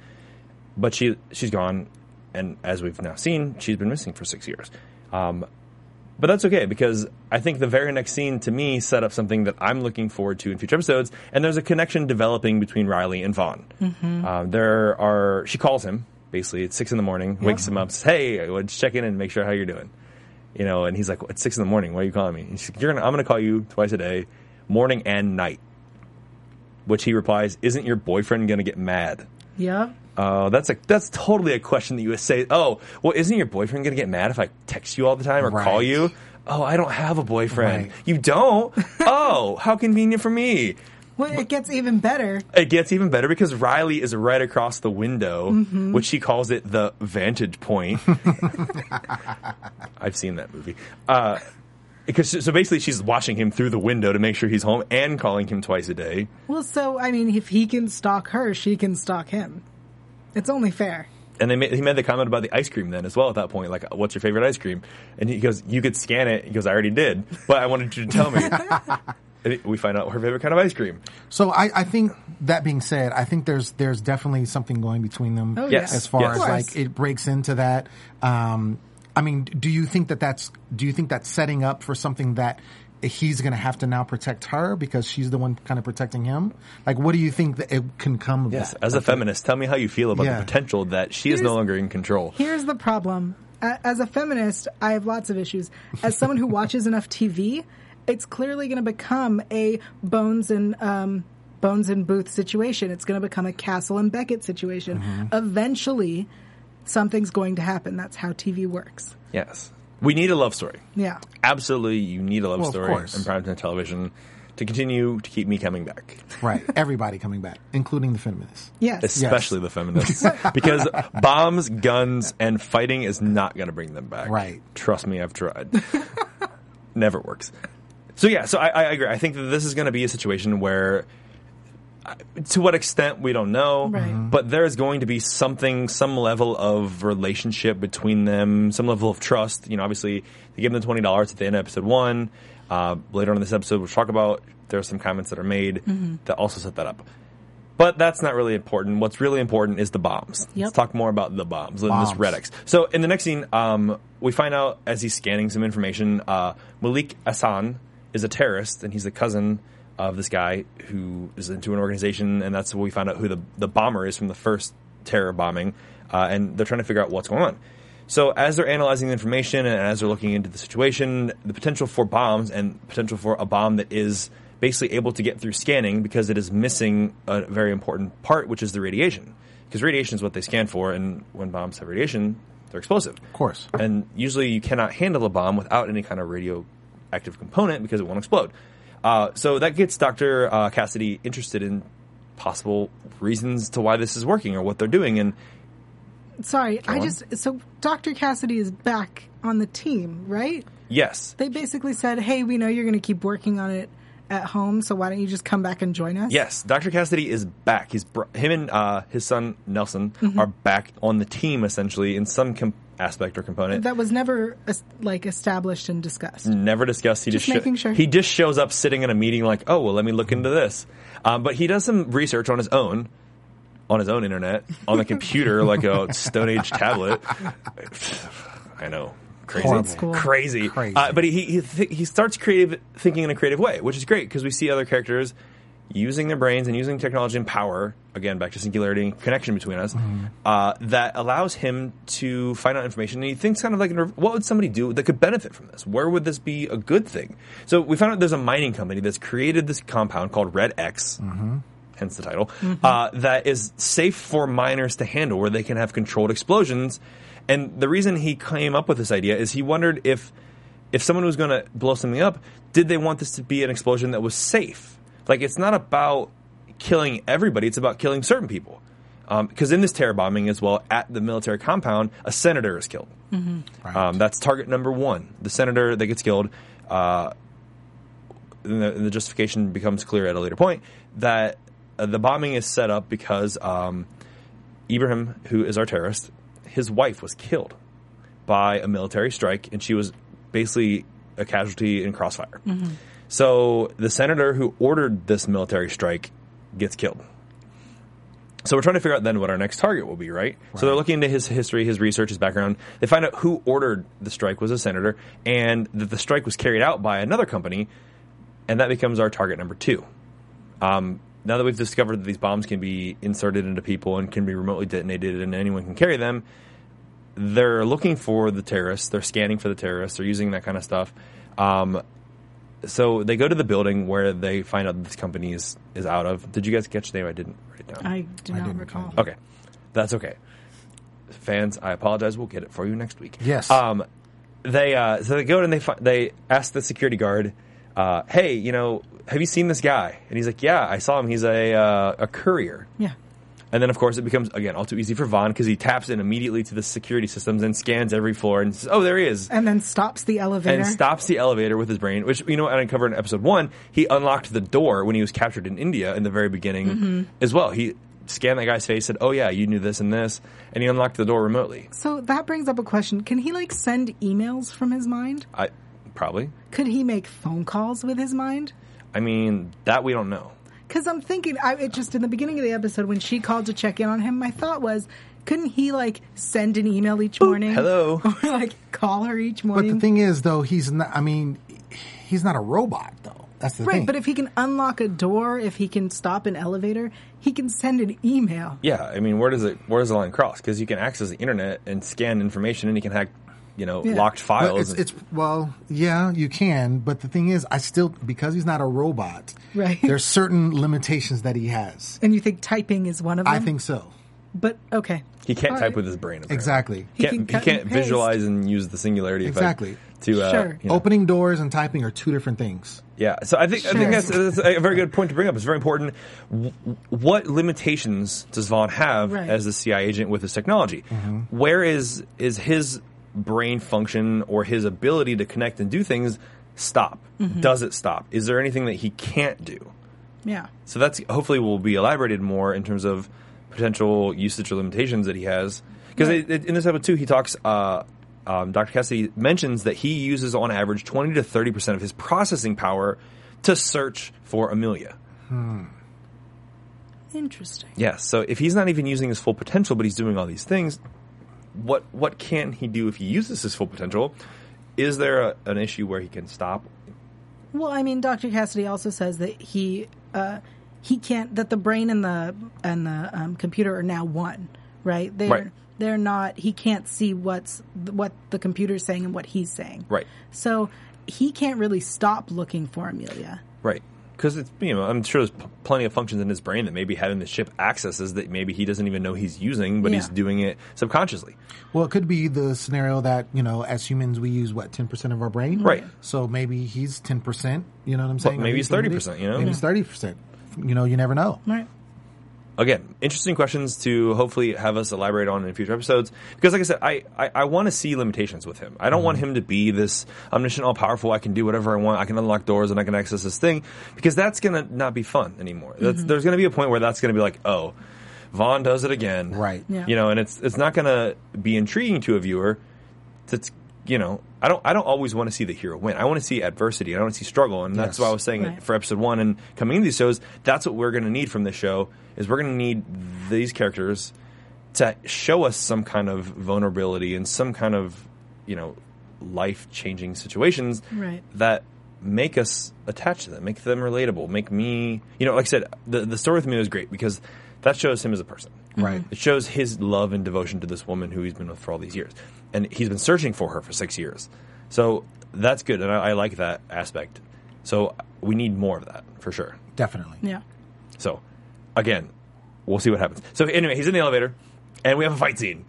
Speaker 2: But she, she's gone, and as we've now seen, she's been missing for six years. Um, But that's okay because I think the very next scene to me set up something that I'm looking forward to in future episodes. And there's a connection developing between Riley and Vaughn. Uh, there are she calls him basically at six in the morning, wakes him up, says, "Hey, let's check in and make sure how you're doing." You know, and he's like, "It's six in the morning. Why are you calling me?" And she's like, "You're gonna, I'm going to call you twice a day, morning and night." Which he replies, "Isn't your boyfriend going to get mad?"
Speaker 4: Yep.
Speaker 2: Oh, that's a that's totally a question that you would say. Oh, well, isn't your boyfriend gonna get mad if I text you all the time or
Speaker 3: Right.
Speaker 2: call you? Oh, I don't have a boyfriend.
Speaker 3: Right.
Speaker 2: You don't? oh, how convenient for me.
Speaker 4: Well, it gets even better.
Speaker 2: It gets even better because Riley is right across the window,
Speaker 4: Mm-hmm.
Speaker 2: which she calls it the vantage point. I've seen that movie. Uh, because so basically, she's watching him through the window to make sure he's home and calling him twice a day.
Speaker 4: Well, so I mean, if he can stalk her, she can stalk him. It's only fair.
Speaker 2: and they made, he made the comment about the ice cream then as well at that point like what's your favorite ice cream and he goes you could scan it he goes i already did but i wanted you to tell me And it- we find out her favorite kind of ice cream
Speaker 3: So I, I think that being said, I think there's there's definitely something going between them
Speaker 4: Oh, Yes. yeah.
Speaker 3: as far
Speaker 2: Yes.
Speaker 3: as
Speaker 4: Of course.
Speaker 3: like it breaks into that. Um, I mean, do you think that that's do you think that's setting up for something that he's going to have to now protect her because she's the one kind of protecting him? Like, what do you think that it can come of
Speaker 2: yes
Speaker 3: that?
Speaker 2: as a feminist tell me how you feel about
Speaker 3: Yeah.
Speaker 2: the potential that she is no
Speaker 4: Here's-
Speaker 2: longer in control
Speaker 4: Here's the problem. A- As a feminist, I have lots of issues. As someone who watches enough TV, it's clearly going to become a bones and um, bones and booth situation. It's going to become a Castle and Beckett situation. Eventually, something's going to happen. That's how TV works.
Speaker 2: yes we need a love story
Speaker 4: Yeah.
Speaker 2: absolutely you need a love
Speaker 3: Well, of
Speaker 2: story in
Speaker 3: course.
Speaker 2: primetime television to continue to keep me coming back
Speaker 3: right. Everybody coming back, including the feminists.
Speaker 4: Yes.
Speaker 2: especially the feminists because bombs guns and fighting is not going to bring them back
Speaker 3: Right.
Speaker 2: trust me i've tried never works so yeah so i, I agree i think that this is going to be a situation where uh, to what extent we don't know
Speaker 4: Right. Mhm.
Speaker 2: but there is going to be something some level of relationship between them some level of trust you know obviously they give them $20 at the end of episode one uh, later on in this episode we'll talk about there are some comments that are made
Speaker 4: Mm-hmm.
Speaker 2: that also set that up but that's not really important what's really important is the bombs let's
Speaker 4: Yep.
Speaker 2: talk more about the bombs,
Speaker 3: Bombs.
Speaker 2: bombs. this Redex. so in the next scene um, we find out as he's scanning some information uh, malik Asan is a terrorist and he's a cousin of this guy who is into an organization, and that's where we find out who the, the bomber is from the first terror bombing, uh, and they're trying to figure out what's going on. So as they're analyzing the information and as they're looking into the situation, the potential for bombs and potential for a bomb that is basically able to get through scanning because it is missing a very important part, which is the radiation. Because radiation is what they scan for, and when bombs have radiation, they're explosive. Of
Speaker 3: course.
Speaker 2: and usually you cannot handle a bomb without any kind of radioactive component because it won't explode. Uh, so that gets Dr. Uh, Cassidy interested in possible reasons to why this is working or what they're doing. And
Speaker 4: Sorry, I
Speaker 2: on.
Speaker 4: just so Dr. Cassidy is back on the team, right?
Speaker 2: yes,
Speaker 4: They basically said, "Hey, we know you're going to keep working on it at home, so why don't you just come back and join us?"
Speaker 2: yes, Dr. Cassidy is back. He's br- him and uh, his son Nelson are back on the team essentially in some com- aspect or component.
Speaker 4: That was never es- like established and discussed.
Speaker 2: never discussed. He just,
Speaker 4: Just
Speaker 2: sho-
Speaker 4: making sure.
Speaker 2: he just shows up sitting in a meeting like, oh well, let me look into this. Um, but he does some research on his own, on his own internet, on the computer like a Stone Age tablet. I know,
Speaker 3: Horrible.
Speaker 2: crazy,
Speaker 4: school.
Speaker 2: crazy.
Speaker 3: Crazy.
Speaker 2: Uh, but he he he, th- he starts creative thinking in a creative way, which is great because we see other characters using their brains and using technology and power again back to singularity and connection between us uh, that allows him to find out information and he thinks kind of like what would somebody do that could benefit from this where would this be a good thing so we found out there's a mining company that's created this compound called red x hence the title, uh, that is safe for miners to handle, where they can have controlled explosions. And the reason he came up with this idea is he wondered if if someone was going to blow something up, did they want this to be an explosion that was safe? Like it's not about killing everybody; it's about killing certain people. Because in this terror bombing as well, at the military compound, a senator is killed. Um, that's target number one. The senator that gets killed. Uh, and the, and the justification becomes clear at a later point that uh, the bombing is set up because um, Ibrahim, who is our terrorist, his wife was killed by a military strike, and she was basically a casualty in crossfire. So the senator who ordered this military strike gets killed. So we're trying to figure out then what our next target will be, right? So they're looking into his history, his research, his background. They find out who ordered the strike was a senator, and that the strike was carried out by another company, and that becomes our target number two. Um, now that we've discovered that these bombs can be inserted into people and can be remotely detonated, and anyone can carry them, they're looking for the terrorists. They're scanning for the terrorists. They're using that kind of stuff. Um, so they go to the building where they find out this company is, is out of. Did you guys catch the name? I didn't write it down.
Speaker 4: I do not recall.
Speaker 2: Okay, that's okay. Fans, I apologize. We'll get it for you next week.
Speaker 3: Yes.
Speaker 2: Um, they uh, so they go and they fi- they ask the security guard, uh, "Hey, you know, have you seen this guy?" And he's like, "Yeah, I saw him. He's a uh, a courier."
Speaker 4: Yeah.
Speaker 2: And then, of course, it becomes again all too easy for Vaughn because he taps in immediately to the security systems and scans every floor and says, "Oh, there he is."
Speaker 4: And then stops the elevator.
Speaker 2: and stops the elevator with his brain, which you know I uncovered in episode one. He unlocked the door when he was captured in India in the very beginning
Speaker 4: Mm-hmm.
Speaker 2: as well. He scanned that guy's face, said, "Oh yeah, you knew this and this," and he unlocked the door remotely.
Speaker 4: So that brings up a question. Can he like send emails from his mind?
Speaker 2: I probably.
Speaker 4: Could he make phone calls with his mind?
Speaker 2: I mean that we don't know.
Speaker 4: Because I'm thinking, I, it just in the beginning of the episode when she called to check in on him, my thought was, couldn't he like send an email each morning?
Speaker 2: hello.
Speaker 4: Or like call her each
Speaker 3: But
Speaker 4: morning?
Speaker 3: the thing is, though, he's not. I mean, he's not a robot, though. That's the
Speaker 4: right,
Speaker 3: thing.
Speaker 4: but if he can unlock a door, if he can stop an elevator, he can send an email.
Speaker 2: Yeah, I mean where does it where does the line cross? Because you can access the internet and scan information, and you can hack, you know,
Speaker 4: Yeah.
Speaker 2: locked
Speaker 3: Well,
Speaker 2: files.
Speaker 3: it's,
Speaker 2: and-
Speaker 3: it's well, yeah, you can. But the thing is, I still because he's not a robot.
Speaker 4: Right.
Speaker 3: There's certain limitations that he has.
Speaker 4: And you think typing is one of them?
Speaker 3: I think so.
Speaker 4: But okay.
Speaker 2: he can't
Speaker 4: All
Speaker 2: type
Speaker 4: right.
Speaker 2: with his brain. apparently.
Speaker 3: Exactly.
Speaker 2: He
Speaker 4: can
Speaker 2: can't, he
Speaker 4: cut
Speaker 2: can't
Speaker 4: and paste.
Speaker 2: visualize and use the singularity effect
Speaker 3: Exactly.
Speaker 2: to uh,
Speaker 4: Sure.
Speaker 2: you know.
Speaker 3: Opening doors and typing are two different things.
Speaker 2: Yeah, so I think I
Speaker 4: Sure.
Speaker 2: think that's, that's a very good point to bring up. It's very important. W- What limitations does Vaughn have
Speaker 4: Right. Mm-hmm.
Speaker 2: as the CI agent with this technology? Where is is his brain function or his ability to connect and do things stop?
Speaker 4: Mm-hmm.
Speaker 2: Does it stop? Is there anything that he can't do?
Speaker 4: Yeah.
Speaker 2: So that's hopefully will be elaborated more in terms of potential usage or limitations that he has. Because in this episode too, he talks. Uh, um, Dr. Cassidy mentions that he uses on average twenty to thirty percent of his processing power to search for Amelia.
Speaker 4: Interesting.
Speaker 2: Yes. so if he's not even using his full potential, but he's doing all these things, what what can he do if he uses his full potential? Is there a, an issue where he can stop?
Speaker 4: Well, I mean, Dr. Cassidy also says that he uh, he can't that the brain and the and the um, computer are now one, right? They're
Speaker 2: Right.
Speaker 4: they're not. He can't see what's what the computer's saying and what he's saying.
Speaker 2: Right.
Speaker 4: So he can't really stop looking for Amelia.
Speaker 2: Right. Because it's you know I'm sure there's p- plenty of functions in his brain that maybe having the chip accesses that maybe he doesn't even know he's using, but he's
Speaker 4: Yeah.
Speaker 2: doing it subconsciously.
Speaker 3: Well, it could be the scenario that you know, as humans, we use what ten percent of our brain,
Speaker 2: Right.
Speaker 3: So maybe he's ten percent. You know what I'm saying?
Speaker 2: maybe
Speaker 3: Or
Speaker 2: he's
Speaker 3: he's
Speaker 2: 30%, you know?
Speaker 3: maybe he's thirty percent. You know, you never know.
Speaker 4: Right.
Speaker 2: Again, interesting questions to hopefully have us elaborate on in future episodes. Because like I said, I I, I want to see limitations with him. I don't want
Speaker 3: Mm-hmm.
Speaker 2: him to be this omniscient, all powerful. I can do whatever I want. I can unlock doors and I can access this thing. Because that's gonna not be fun anymore.
Speaker 3: Mm-hmm.
Speaker 2: That's, there's gonna be a point where that's gonna be like, oh, Vaughn does it again.
Speaker 3: Right.
Speaker 4: Yeah.
Speaker 2: You know, and it's it's not gonna be intriguing to a viewer. that's you know I don't I don't always want to see the hero win. I want to see adversity. I want to see struggle, and that's
Speaker 3: Yes.
Speaker 2: why I was saying
Speaker 4: Right.
Speaker 2: for episode one and coming into these shows, that's what we're going to need from this show is we're going to need these characters to show us some kind of vulnerability and some kind of you know life changing situations
Speaker 4: Right.
Speaker 2: that make us attached to them, make them relatable, make me you know like I said the the story with me was great because that shows him as a person.
Speaker 3: Right.
Speaker 2: It shows his love and devotion to this woman who he's been with for all these years. And he's been searching for her for six years. So that's good. And I, I like that aspect. So we need more of that for sure.
Speaker 3: Definitely.
Speaker 4: Yeah.
Speaker 2: So again, we'll see what happens. So anyway, he's in the elevator and we have a fight scene.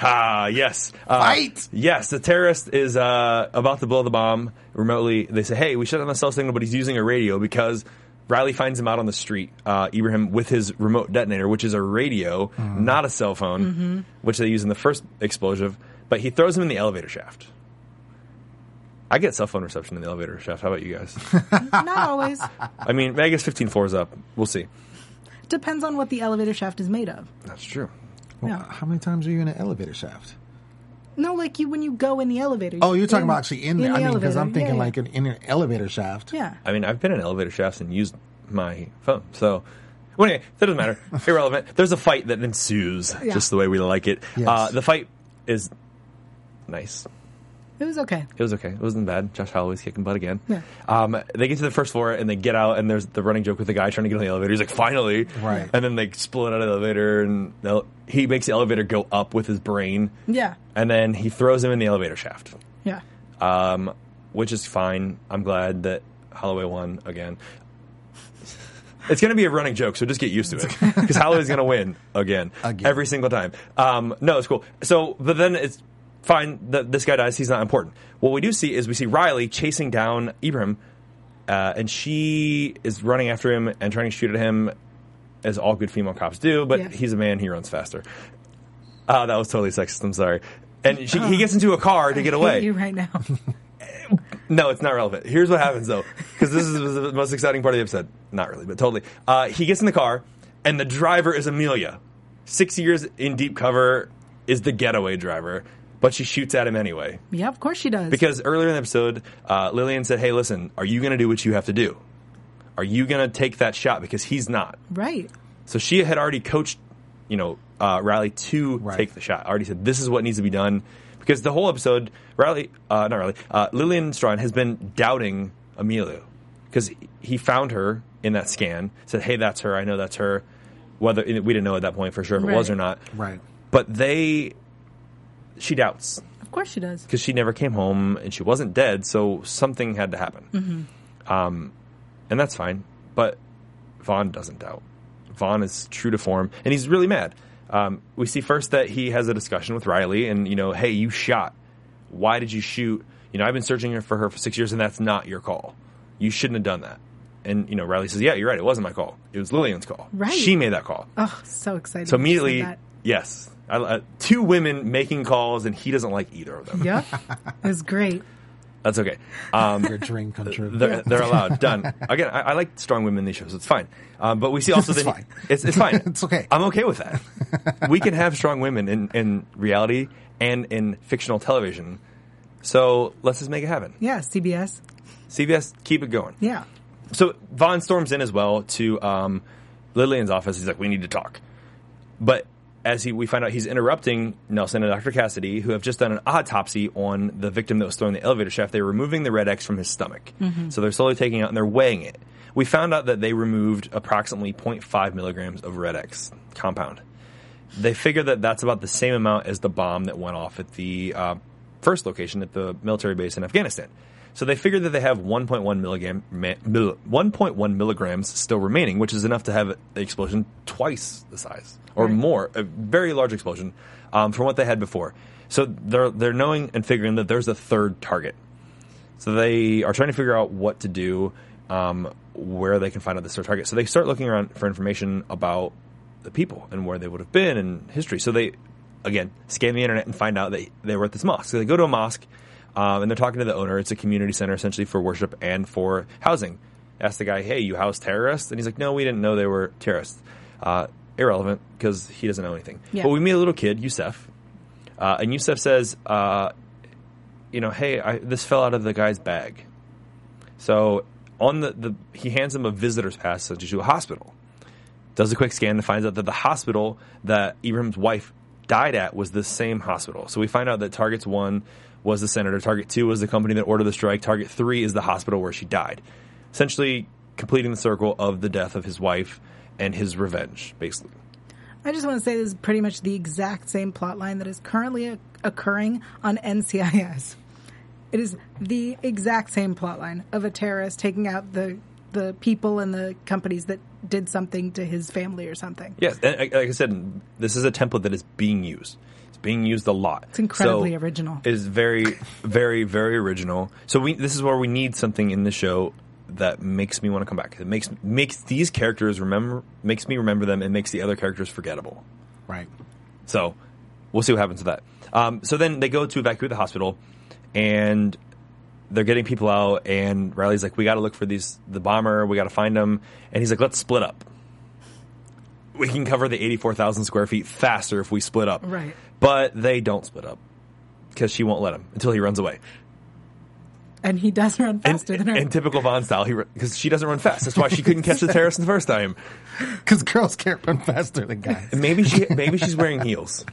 Speaker 2: Ah, yes. Uh,
Speaker 3: Fight?
Speaker 2: Yes, the terrorist is uh, about to blow the bomb remotely. They say, hey, we shut down the cell signal, but he's using a radio because Riley finds him out on the street, uh, Ibrahim, with his remote detonator, which is a radio, not a cell phone, which they use in the first explosive. But he throws him in the elevator shaft. I get cell phone reception in the elevator shaft. How about you guys?
Speaker 4: Not always.
Speaker 2: I mean, Vegas 15 floors up. We'll see.
Speaker 4: Depends on what the elevator shaft is made of.
Speaker 2: That's true.
Speaker 4: No.
Speaker 3: How many times are you in an elevator shaft?
Speaker 4: No, like you when you go in the elevator.
Speaker 3: Oh, you're
Speaker 4: in-
Speaker 3: talking about actually in there. I mean, because
Speaker 4: elevator.
Speaker 3: I'm
Speaker 4: Yeah,
Speaker 3: thinking
Speaker 4: yeah.
Speaker 3: like an, in an elevator shaft.
Speaker 4: yeah.
Speaker 2: I mean, I've been in elevator shafts and used my phone. So, Well, anyway, that doesn't matter. Irrelevant. There's a fight that ensues,
Speaker 4: Yeah.
Speaker 2: just the way we like it.
Speaker 3: Yes.
Speaker 2: Uh, the fight is nice.
Speaker 4: It was okay.
Speaker 2: It was okay. It wasn't bad. Josh Holloway's kicking butt again.
Speaker 4: Yeah.
Speaker 2: Um, they get to the first floor and they get out, and there's the running joke with the guy trying to get on the elevator. He's like, finally.
Speaker 3: Right.
Speaker 2: And then they split out of the elevator, and the ele- he makes the elevator go up with his brain.
Speaker 4: Yeah.
Speaker 2: And then he throws him in the elevator shaft,
Speaker 4: Yeah.
Speaker 2: um, which is fine. I'm glad that Holloway won again. It's going to be a running joke, so just get used to it because Holloway's going to win again,
Speaker 3: Again.
Speaker 2: every single time. Um, no, it's cool. So, but then it's fine. that this guy dies. He's not important. What we do see is we see Riley chasing down Ibrahim, uh, and she is running after him and trying to shoot at him, as all good female cops do. But
Speaker 4: Yeah.
Speaker 2: he's a man; he runs faster. Uh, that was totally sexist. I'm sorry. And she, he gets into a car to get
Speaker 4: I hate
Speaker 2: away.
Speaker 4: you right now.
Speaker 2: No, it's not relevant. Here's what happens though, because this is the most exciting part of the episode. Not really, but totally. Uh, he gets in the car, and the driver is Amelia. Six years in deep cover is the getaway driver, but she shoots at him anyway.
Speaker 4: yeah, of course she does.
Speaker 2: Because earlier in the episode, uh, Lillian said, "Hey, listen, are you going to do what you have to do? Are you going to take that shot? Because he's not."
Speaker 4: right.
Speaker 2: So she had already coached, you know, uh, Riley to
Speaker 3: Right.
Speaker 2: take the shot. Already said this is what needs to be done because the whole episode, Riley, uh, not Riley, uh, Lillian Strawn has been doubting Emilio because he found her in that scan. Said, "Hey, that's her. I know that's her." Whether we didn't know at that point for sure if it was
Speaker 4: Right.
Speaker 2: or not,
Speaker 3: Right.
Speaker 2: but they, she doubts
Speaker 4: Of course she does.
Speaker 2: because she never came home and she wasn't dead, so something had to happen. Um,
Speaker 4: Mm-hmm.
Speaker 2: and that's fine. But Vaughn doesn't doubt. Vaughn is true to form, and he's really mad. Um, we see first that he has a discussion with Riley, and you know, hey, you shot. Why did you shoot? You know, I've been searching for her for six years, and that's not your call. You shouldn't have done that. And you know, Riley says, "Yeah, you're right. It wasn't my call. It was Lillian's call.
Speaker 4: Right.
Speaker 2: She made that call."
Speaker 4: Oh, so excited.
Speaker 2: so
Speaker 4: when she said
Speaker 2: immediately,
Speaker 4: that.
Speaker 2: yes, I, uh, two women making calls, and he doesn't like either of them.
Speaker 4: Yep. it was great.
Speaker 2: That's okay. Um,
Speaker 3: Your dream come true.
Speaker 2: they're, they're allowed. Done. Again, I, I like strong women in these shows. It's fine. Um, but we see also
Speaker 3: It's
Speaker 2: that
Speaker 3: fine.
Speaker 2: it's, it's fine.
Speaker 3: It's okay.
Speaker 2: I'm okay with that. we can have strong women in, in reality and in fictional television. So let's just make it happen.
Speaker 4: Yeah, CBS.
Speaker 2: CBS, keep it going.
Speaker 4: Yeah.
Speaker 2: So Vaughn storms in as well to um, Lillian's office. He's like, "We need to talk," but as he, we find out he's interrupting Nelson and Dr. Cassidy, who have just done an autopsy on the victim that was thrown in the elevator shaft. They're removing the red X from his stomach, so they're slowly taking out and they're weighing it. We found out that they removed approximately 0.5 milligrams of red X compound. They figure that that's about the same amount as the bomb that went off at the uh, first location at the military base in Afghanistan. So they figure that they have 1.1 milligram, ma- mil, 1.1 milligrams still remaining, which is enough to have the explosion twice the size or
Speaker 4: Right.
Speaker 2: more, a very large explosion um, from what they had before. So they're they're knowing and figuring that there's a third target. So they are trying to figure out what to do, um, where they can find out this third target. So they start looking around for information about the people and where they would have been and history. So they, again, scan the internet and find out that they were at this mosque. So they go to a mosque um, and they're talking to the owner. It's a community center essentially for worship and for housing. Ask the guy, hey, you house terrorists? And he's like, no, we didn't know they were terrorists. Uh, irrelevant because he doesn't know anything.
Speaker 4: Yeah.
Speaker 2: But we meet a little kid, Yusef, uh, and Yusef says, uh, you know, hey, I, this fell out of the guy's bag. So on the, the he hands him a visitor's pass to to a hospital. Does a quick scan and finds out that the hospital that Ibrahim's wife died at was the same hospital. So we find out that targets one was the senator, target two was the company that ordered the strike, target three is the hospital where she died. Essentially completing the circle of the death of his wife and his revenge, basically.
Speaker 4: I just want to say this is pretty much the exact same plot line that is currently o- occurring on NCIS. It is the exact same plot line of a terrorist taking out the the people and the companies that did something to his family or something.
Speaker 2: Yes, and like like I said, this is a template that is being used. It's being used a lot. It's
Speaker 4: incredibly original.
Speaker 2: It is very, very, very original. So we this is where we need something in the show that makes me want to come back. It makes makes these characters remember makes me remember them and makes the other characters forgettable.
Speaker 3: Right.
Speaker 2: So we'll see what happens with that. Um, so then they go to evacuate the hospital, and they're getting people out. And Riley's like, "We got to look for these the bomber. We got to find him." And he's like, "Let's split up. We can cover the eighty four thousand square feet faster if we split up."
Speaker 4: Right.
Speaker 2: But they don't split up because she won't let him until he runs away.
Speaker 4: and he does run
Speaker 2: In,
Speaker 4: faster than her.
Speaker 2: in typical Vaughn style, because she doesn't run fast. That's why she couldn't catch the terrorist the first time.
Speaker 3: Because girls can't run faster than guys.
Speaker 2: Maybe she, maybe she's wearing heels.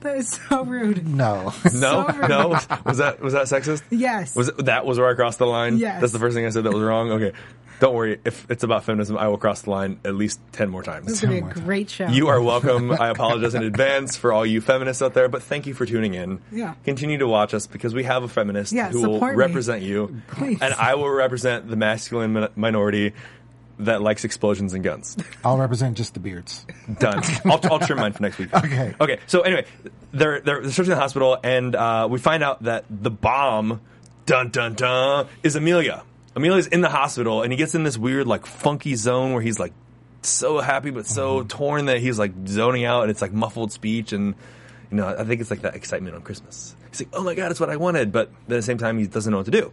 Speaker 4: that is so rude.
Speaker 3: No.
Speaker 2: No,
Speaker 4: So rude.
Speaker 2: no. Was that was that sexist?
Speaker 4: Yes.
Speaker 2: Was it, that was where I crossed the line?
Speaker 4: Yes.
Speaker 2: That's the first thing I said that was wrong. Okay, don't worry. If it's about feminism, I will cross the line at least ten more
Speaker 4: This
Speaker 2: times.
Speaker 4: is gonna be
Speaker 3: more
Speaker 4: a
Speaker 3: time.
Speaker 4: great show.
Speaker 2: You are welcome. I apologize in advance for all you feminists out there, but thank you for tuning in.
Speaker 4: Yeah.
Speaker 2: Continue to watch us because we have a feminist
Speaker 4: Yeah,
Speaker 2: who will
Speaker 4: support me.
Speaker 2: represent you,
Speaker 4: Please.
Speaker 2: and I will represent the masculine min- minority that likes explosions and guns.
Speaker 3: I'll represent just the beards.
Speaker 2: Done. I'll, I'll trim mine for next week.
Speaker 3: Okay.
Speaker 2: Okay. So anyway, they're they're, they're searching the hospital, and uh, we find out that the bomb, dun dun dun, is Amelia. Amelia's in the hospital, and he gets in this weird like funky zone where he's like so happy but so torn that he's like zoning out, and it's like muffled speech, and you know I think it's like that excitement on Christmas. He's like, oh my god, it's what I wanted, but at the same time he doesn't know what to do.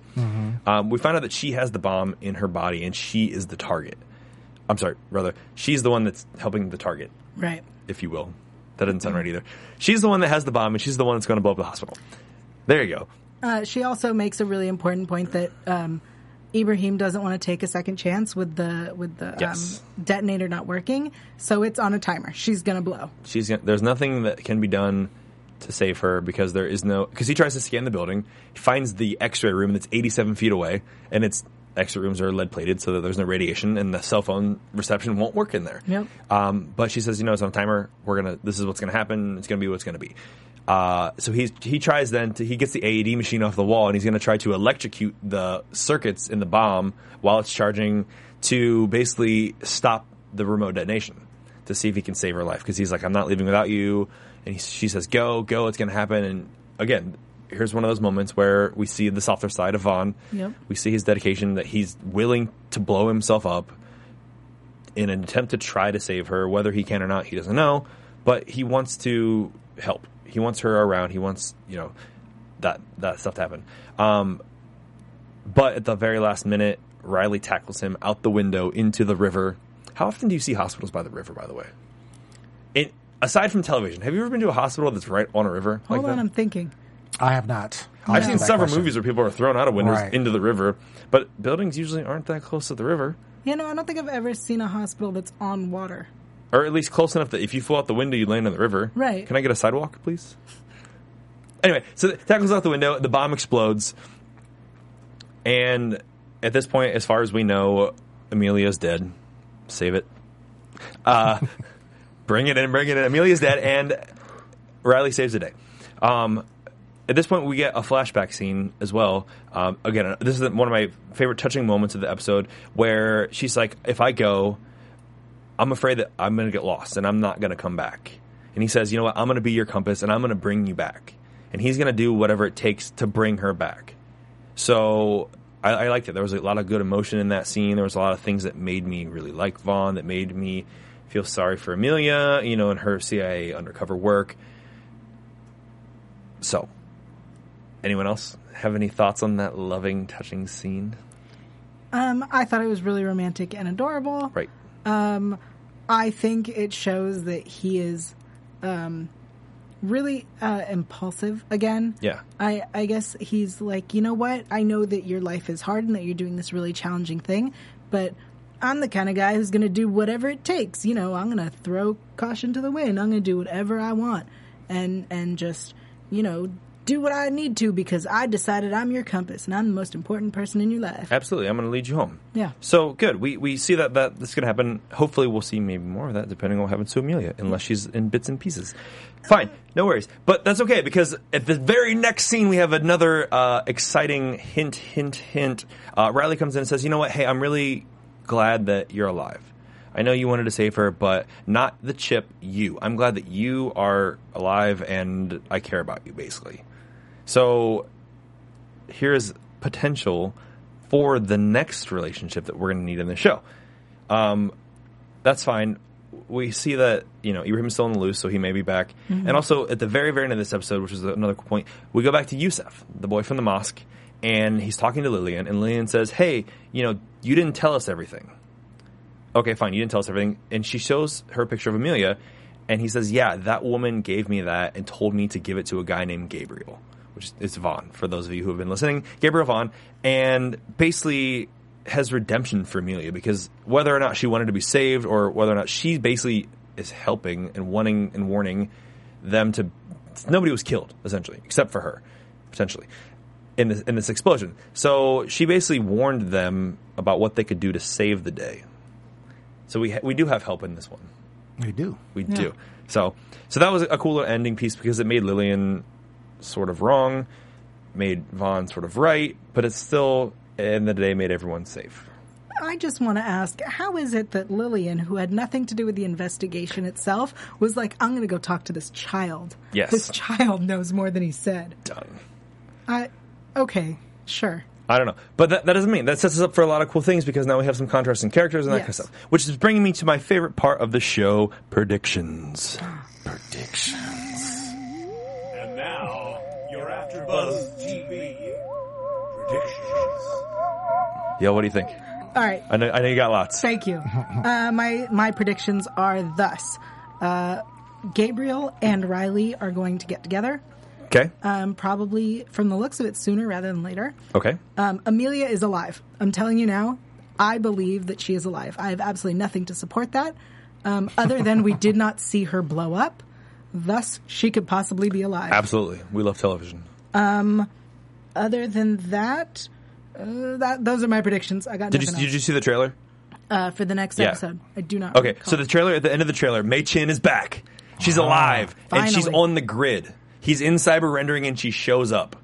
Speaker 2: Um, we find out that she has the bomb in her body, and she is the target. I'm sorry, rather, she's the one that's helping the target
Speaker 4: right.
Speaker 2: if you will. That doesn't sound right either. She's the one that has the bomb, and she's the one that's going to blow up the hospital. There you go.
Speaker 4: Uh, she also makes a really important point that um, Ibrahim doesn't want to take a second chance with the with the
Speaker 2: Yes.
Speaker 4: um, detonator not working, so it's on a timer. She's gonna blow.
Speaker 2: She's gonna, there's nothing that can be done to save her because there is no because he tries to scan the building, he finds the X-ray room that's 87 feet away, and it's X-ray rooms are lead plated so that there's no radiation, and the cell phone reception won't work in there.
Speaker 4: Yep.
Speaker 2: Um, but she says, you know, it's on a timer. We're gonna. This is what's gonna happen. It's gonna be what's gonna be. Uh, so he he tries then to he gets the AED machine off the wall and he's gonna try to electrocute the circuits in the bomb while it's charging to basically stop the remote detonation to see if he can save her life because he's like, I'm not leaving without you. And he, she says, Go, go, it's gonna happen. And again. Here's one of those moments where we see the softer side of Vaughn.
Speaker 4: Yep.
Speaker 2: We see his dedication that he's willing to blow himself up in an attempt to try to save her. Whether he can or not, he doesn't know. But he wants to help. He wants her around. He wants you know that that stuff to happen. Um, but at the very last minute, Riley tackles him out the window into the river. How often do you see hospitals by the river? By the way, it, aside from television, have you ever been to a hospital that's right on a river?
Speaker 4: Hold
Speaker 2: like
Speaker 4: on,
Speaker 2: that?
Speaker 4: I'm thinking.
Speaker 3: I have not. I'll
Speaker 2: I've
Speaker 3: answer
Speaker 2: seen
Speaker 3: that
Speaker 2: several
Speaker 3: question.
Speaker 2: movies where people are thrown out of windows
Speaker 3: Right.
Speaker 2: into the river, but buildings usually aren't that close to the river.
Speaker 4: You know, I don't think I've ever seen a hospital that's on water.
Speaker 2: or at least close enough that if you flew out the window, you'd land on the river.
Speaker 4: Right.
Speaker 2: Can I get a sidewalk, please? Anyway, so the tackles out the window, the bomb explodes, and at this point, as far as we know, Amelia's dead. Save it. Uh, bring it in, bring it in. Amelia's dead, and Riley saves the day. Um, at this point, we get a flashback scene as well. Um, again, this is one of my favorite touching moments of the episode where she's like, "If I go, I'm afraid that I'm going to get lost and I'm not going to come back. And he says, You know what? I'm going to be your compass and I'm going to bring you back. And he's going to do whatever it takes to bring her back. So I, I liked it. There was a lot of good emotion in that scene. There was a lot of things that made me really like Vaughn, that made me feel sorry for Amelia, you know, and her CIA undercover work. So, anyone else have any thoughts on that loving, touching scene?
Speaker 4: Um, I thought it was really romantic and adorable.
Speaker 2: Right.
Speaker 4: I think it shows that he is um, really uh, impulsive again.
Speaker 2: Yeah.
Speaker 4: I, I guess he's like, you know what? I know that your life is hard and that you're doing this really challenging thing, but I'm the kind of guy who's going to do whatever it takes. You know, I'm going to throw caution to the wind. I'm going to do whatever I want and and just, you know, do what I need to because I decided I'm your compass and I'm the most important person in your life.
Speaker 2: Absolutely, I'm going to lead you home.
Speaker 4: Yeah.
Speaker 2: So good. We we see that that this is going to happen. Hopefully, we'll see maybe more of that, depending on what happens to Amelia, unless she's in bits and pieces. Fine, no worries. But that's okay because at the very next scene, we have another uh, exciting hint, hint, hint. Uh, Riley comes in and says, "You know what? Hey, I'm really glad that you're alive. I know you wanted to save her, but not the chip. You. I'm glad that you are alive, and I care about you, basically." So here is potential for the next relationship that we're going to need in the show. Um, that's fine. We see that you know Ibrahim's still on the loose, so he may be back. And also at the very, very end of this episode, which is another point, we go back to Yusef, the boy from the mosque, and he's talking to Lillian, and Lillian says, "Hey, you know, you didn't tell us everything." okay, fine, you didn't tell us everything. And she shows her picture of Amelia, and he says, yeah, that woman gave me that and told me to give it to a guy named Gabriel, which is Vaughn, for those of you who have been listening, Gabriel Vaughn, and basically has redemption for Amelia because whether or not she wanted to be saved or whether or not she basically is helping and wanting and warning them to nobody was killed essentially except for her potentially in this, in this explosion. So she basically warned them about what they could do to save the day. So we ha- we do have help in this one.
Speaker 3: They do.
Speaker 2: We do. So so that was a cool little ending piece because it made Lillian sort of wrong, made Vaughn sort of right, but it's still at the end of the day made everyone safe.
Speaker 4: I just want to ask how is it that Lillian, who had nothing to do with the investigation itself, was like, I'm going to go talk to this child?
Speaker 2: Yes.
Speaker 4: This child knows more than he said.
Speaker 2: Done.
Speaker 4: I, okay, sure.
Speaker 2: I don't know, but that, that doesn't mean that sets us up for a lot of cool things because now we have some contrasting characters and that
Speaker 4: Yes.
Speaker 2: kind of stuff, which is bringing me to my favorite part of the show: predictions.
Speaker 5: And now, your AfterBuzz TV predictions.
Speaker 2: Yo, what do you think?
Speaker 4: All right.
Speaker 2: I know, I know you got lots.
Speaker 4: Thank you. Uh, my my predictions are thus: uh, Gabriel and Riley are going to get together,
Speaker 2: Okay,
Speaker 4: um, probably from the looks of it sooner rather than later.
Speaker 2: okay.
Speaker 4: Um, Amelia is alive. I'm telling you now. I believe that she is alive. I have absolutely nothing to support that, um, other than we did not see her blow up. Thus, she could possibly be alive.
Speaker 2: Absolutely, we love television.
Speaker 4: other than that, uh, that those are my predictions. I got
Speaker 2: Did you
Speaker 4: nothing
Speaker 2: did you
Speaker 4: else,
Speaker 2: see the trailer?
Speaker 4: uh, for the next
Speaker 2: Yeah.
Speaker 4: episode. I do not.
Speaker 2: Okay,
Speaker 4: recall.
Speaker 2: so the trailer at the end of the trailer, Mei Chin is back. She's
Speaker 3: Ah,
Speaker 2: alive and she's
Speaker 4: Finally.
Speaker 2: on the grid. He's in cyber rendering and she shows up.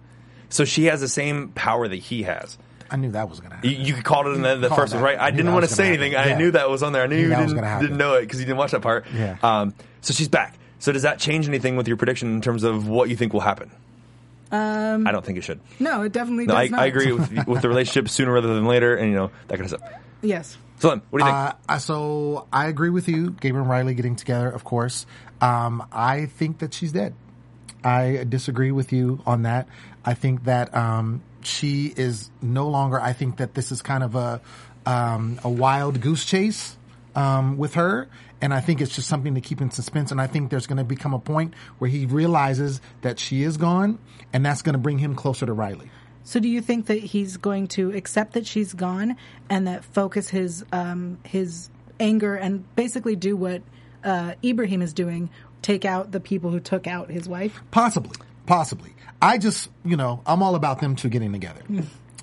Speaker 2: So she has the same power that he has.
Speaker 3: I knew that was going to happen.
Speaker 2: You, you called it in the, the
Speaker 3: Called
Speaker 2: first one,
Speaker 3: that.
Speaker 2: right? I
Speaker 3: I knew
Speaker 2: didn't
Speaker 3: that
Speaker 2: want to
Speaker 3: was
Speaker 2: say
Speaker 3: gonna
Speaker 2: anything.
Speaker 3: happen.
Speaker 2: I
Speaker 3: Yeah.
Speaker 2: knew that was on there. I knew,
Speaker 3: Knew
Speaker 2: you
Speaker 3: that was
Speaker 2: didn't,
Speaker 3: gonna
Speaker 2: didn't
Speaker 3: happen.
Speaker 2: know it because you didn't watch that part.
Speaker 3: Yeah.
Speaker 2: Um, so she's back. So does that change anything with your prediction in terms of what you think will happen? Um, I don't think it should.
Speaker 4: no, it definitely.
Speaker 2: No,
Speaker 4: does
Speaker 2: I,
Speaker 4: not.
Speaker 2: I agree with, with the relationship sooner rather than later, and you know that kind of stuff.
Speaker 4: Yes.
Speaker 2: So, Lem, what do you think?
Speaker 3: Uh, I- so I agree with you, Gabriel and Riley getting together, of course. Um, I think that she's dead. I disagree with you on that. I think that um, she is no longer. I think that this is kind of a um, a wild goose chase um, with her, and I think it's just something to keep in suspense. And I think there's going to become a point where he realizes that she is gone, and that's going to bring him closer to Riley.
Speaker 4: So, do you think that he's going to accept that she's gone and that focus his um, his anger and basically do what uh, Ibrahim is doing, take out the people who took out his wife?
Speaker 3: Possibly, possibly. I just, you know, I'm all about them two getting together.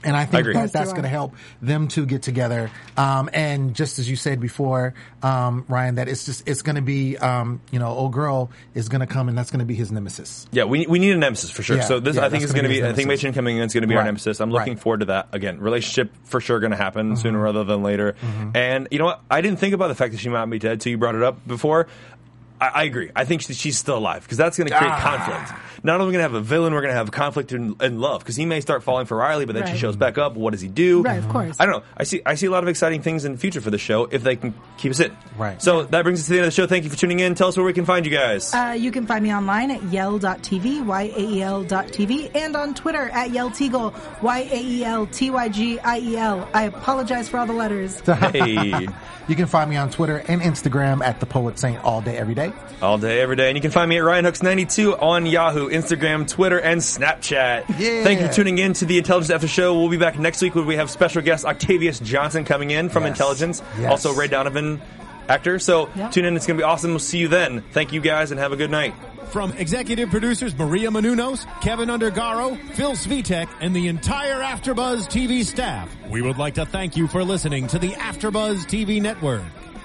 Speaker 3: And I think
Speaker 2: agree.
Speaker 3: that
Speaker 2: Yes,
Speaker 3: that's
Speaker 4: Hmm. you
Speaker 3: going
Speaker 4: are.
Speaker 3: to help them two get together. Um, and just as you said before, um, Ryan, that it's just, it's going to be, um, you know, old girl is going to come and that's going to be his nemesis.
Speaker 2: Yeah, we, we need a nemesis for sure.
Speaker 3: Yeah,
Speaker 2: so this
Speaker 3: yeah,
Speaker 2: I think
Speaker 3: that's
Speaker 2: is going to
Speaker 3: gonna be
Speaker 2: be
Speaker 3: his
Speaker 2: I think
Speaker 3: nemesis.
Speaker 2: Machen coming in is going to be our
Speaker 3: Right,
Speaker 2: nemesis. I'm looking
Speaker 3: right. Mm-hmm.
Speaker 2: forward to that again. Relationship for sure going to happen sooner rather than later. And you know what? I didn't think about the fact that she might be dead. So you brought it up before. I, I agree. I think she, she's still alive because that's going to
Speaker 3: Ah.
Speaker 2: create conflict. Not only going to have a villain, we're going to have conflict in, in love because he may start falling for Riley, but then she
Speaker 4: Right.
Speaker 2: shows back up. What does he do?
Speaker 4: Right, of course.
Speaker 2: I don't know. I see. I see a lot of exciting things in the future for the show if they can keep us in.
Speaker 3: Right.
Speaker 2: So that brings us to the end of the show. Thank you for tuning in. Tell us where we can find you guys.
Speaker 4: Uh, you can find me online at yell.tv, Y-A-E-L E dot TV, and on Twitter at yellteagle, E Y-A-E-L-T-Y-G-I-E-L. I apologize for all the letters.
Speaker 3: Uh,
Speaker 2: hey.
Speaker 3: You can find me on Twitter and Instagram at the poet saint all day, every day.
Speaker 2: all day, every day. And you can find me at RyanHooks92 on Yahoo, Instagram, Twitter, and Snapchat.
Speaker 3: Yeah.
Speaker 2: Thank you for tuning in to the Intelligence After Show. We'll be back next week where we have special guest Octavius Johnson coming in from
Speaker 3: Yes.
Speaker 2: Intelligence,
Speaker 3: Yes.
Speaker 2: also Ray Donovan, actor. So
Speaker 4: Yeah.
Speaker 2: tune in. It's going to be awesome. We'll see you then. Thank you guys and have a good night.
Speaker 1: From executive producers Maria Manunos, Kevin Undergaro, Phil Svitek, and the entire Afterbuzz TV staff, we would like to thank you for listening to the Afterbuzz TV network.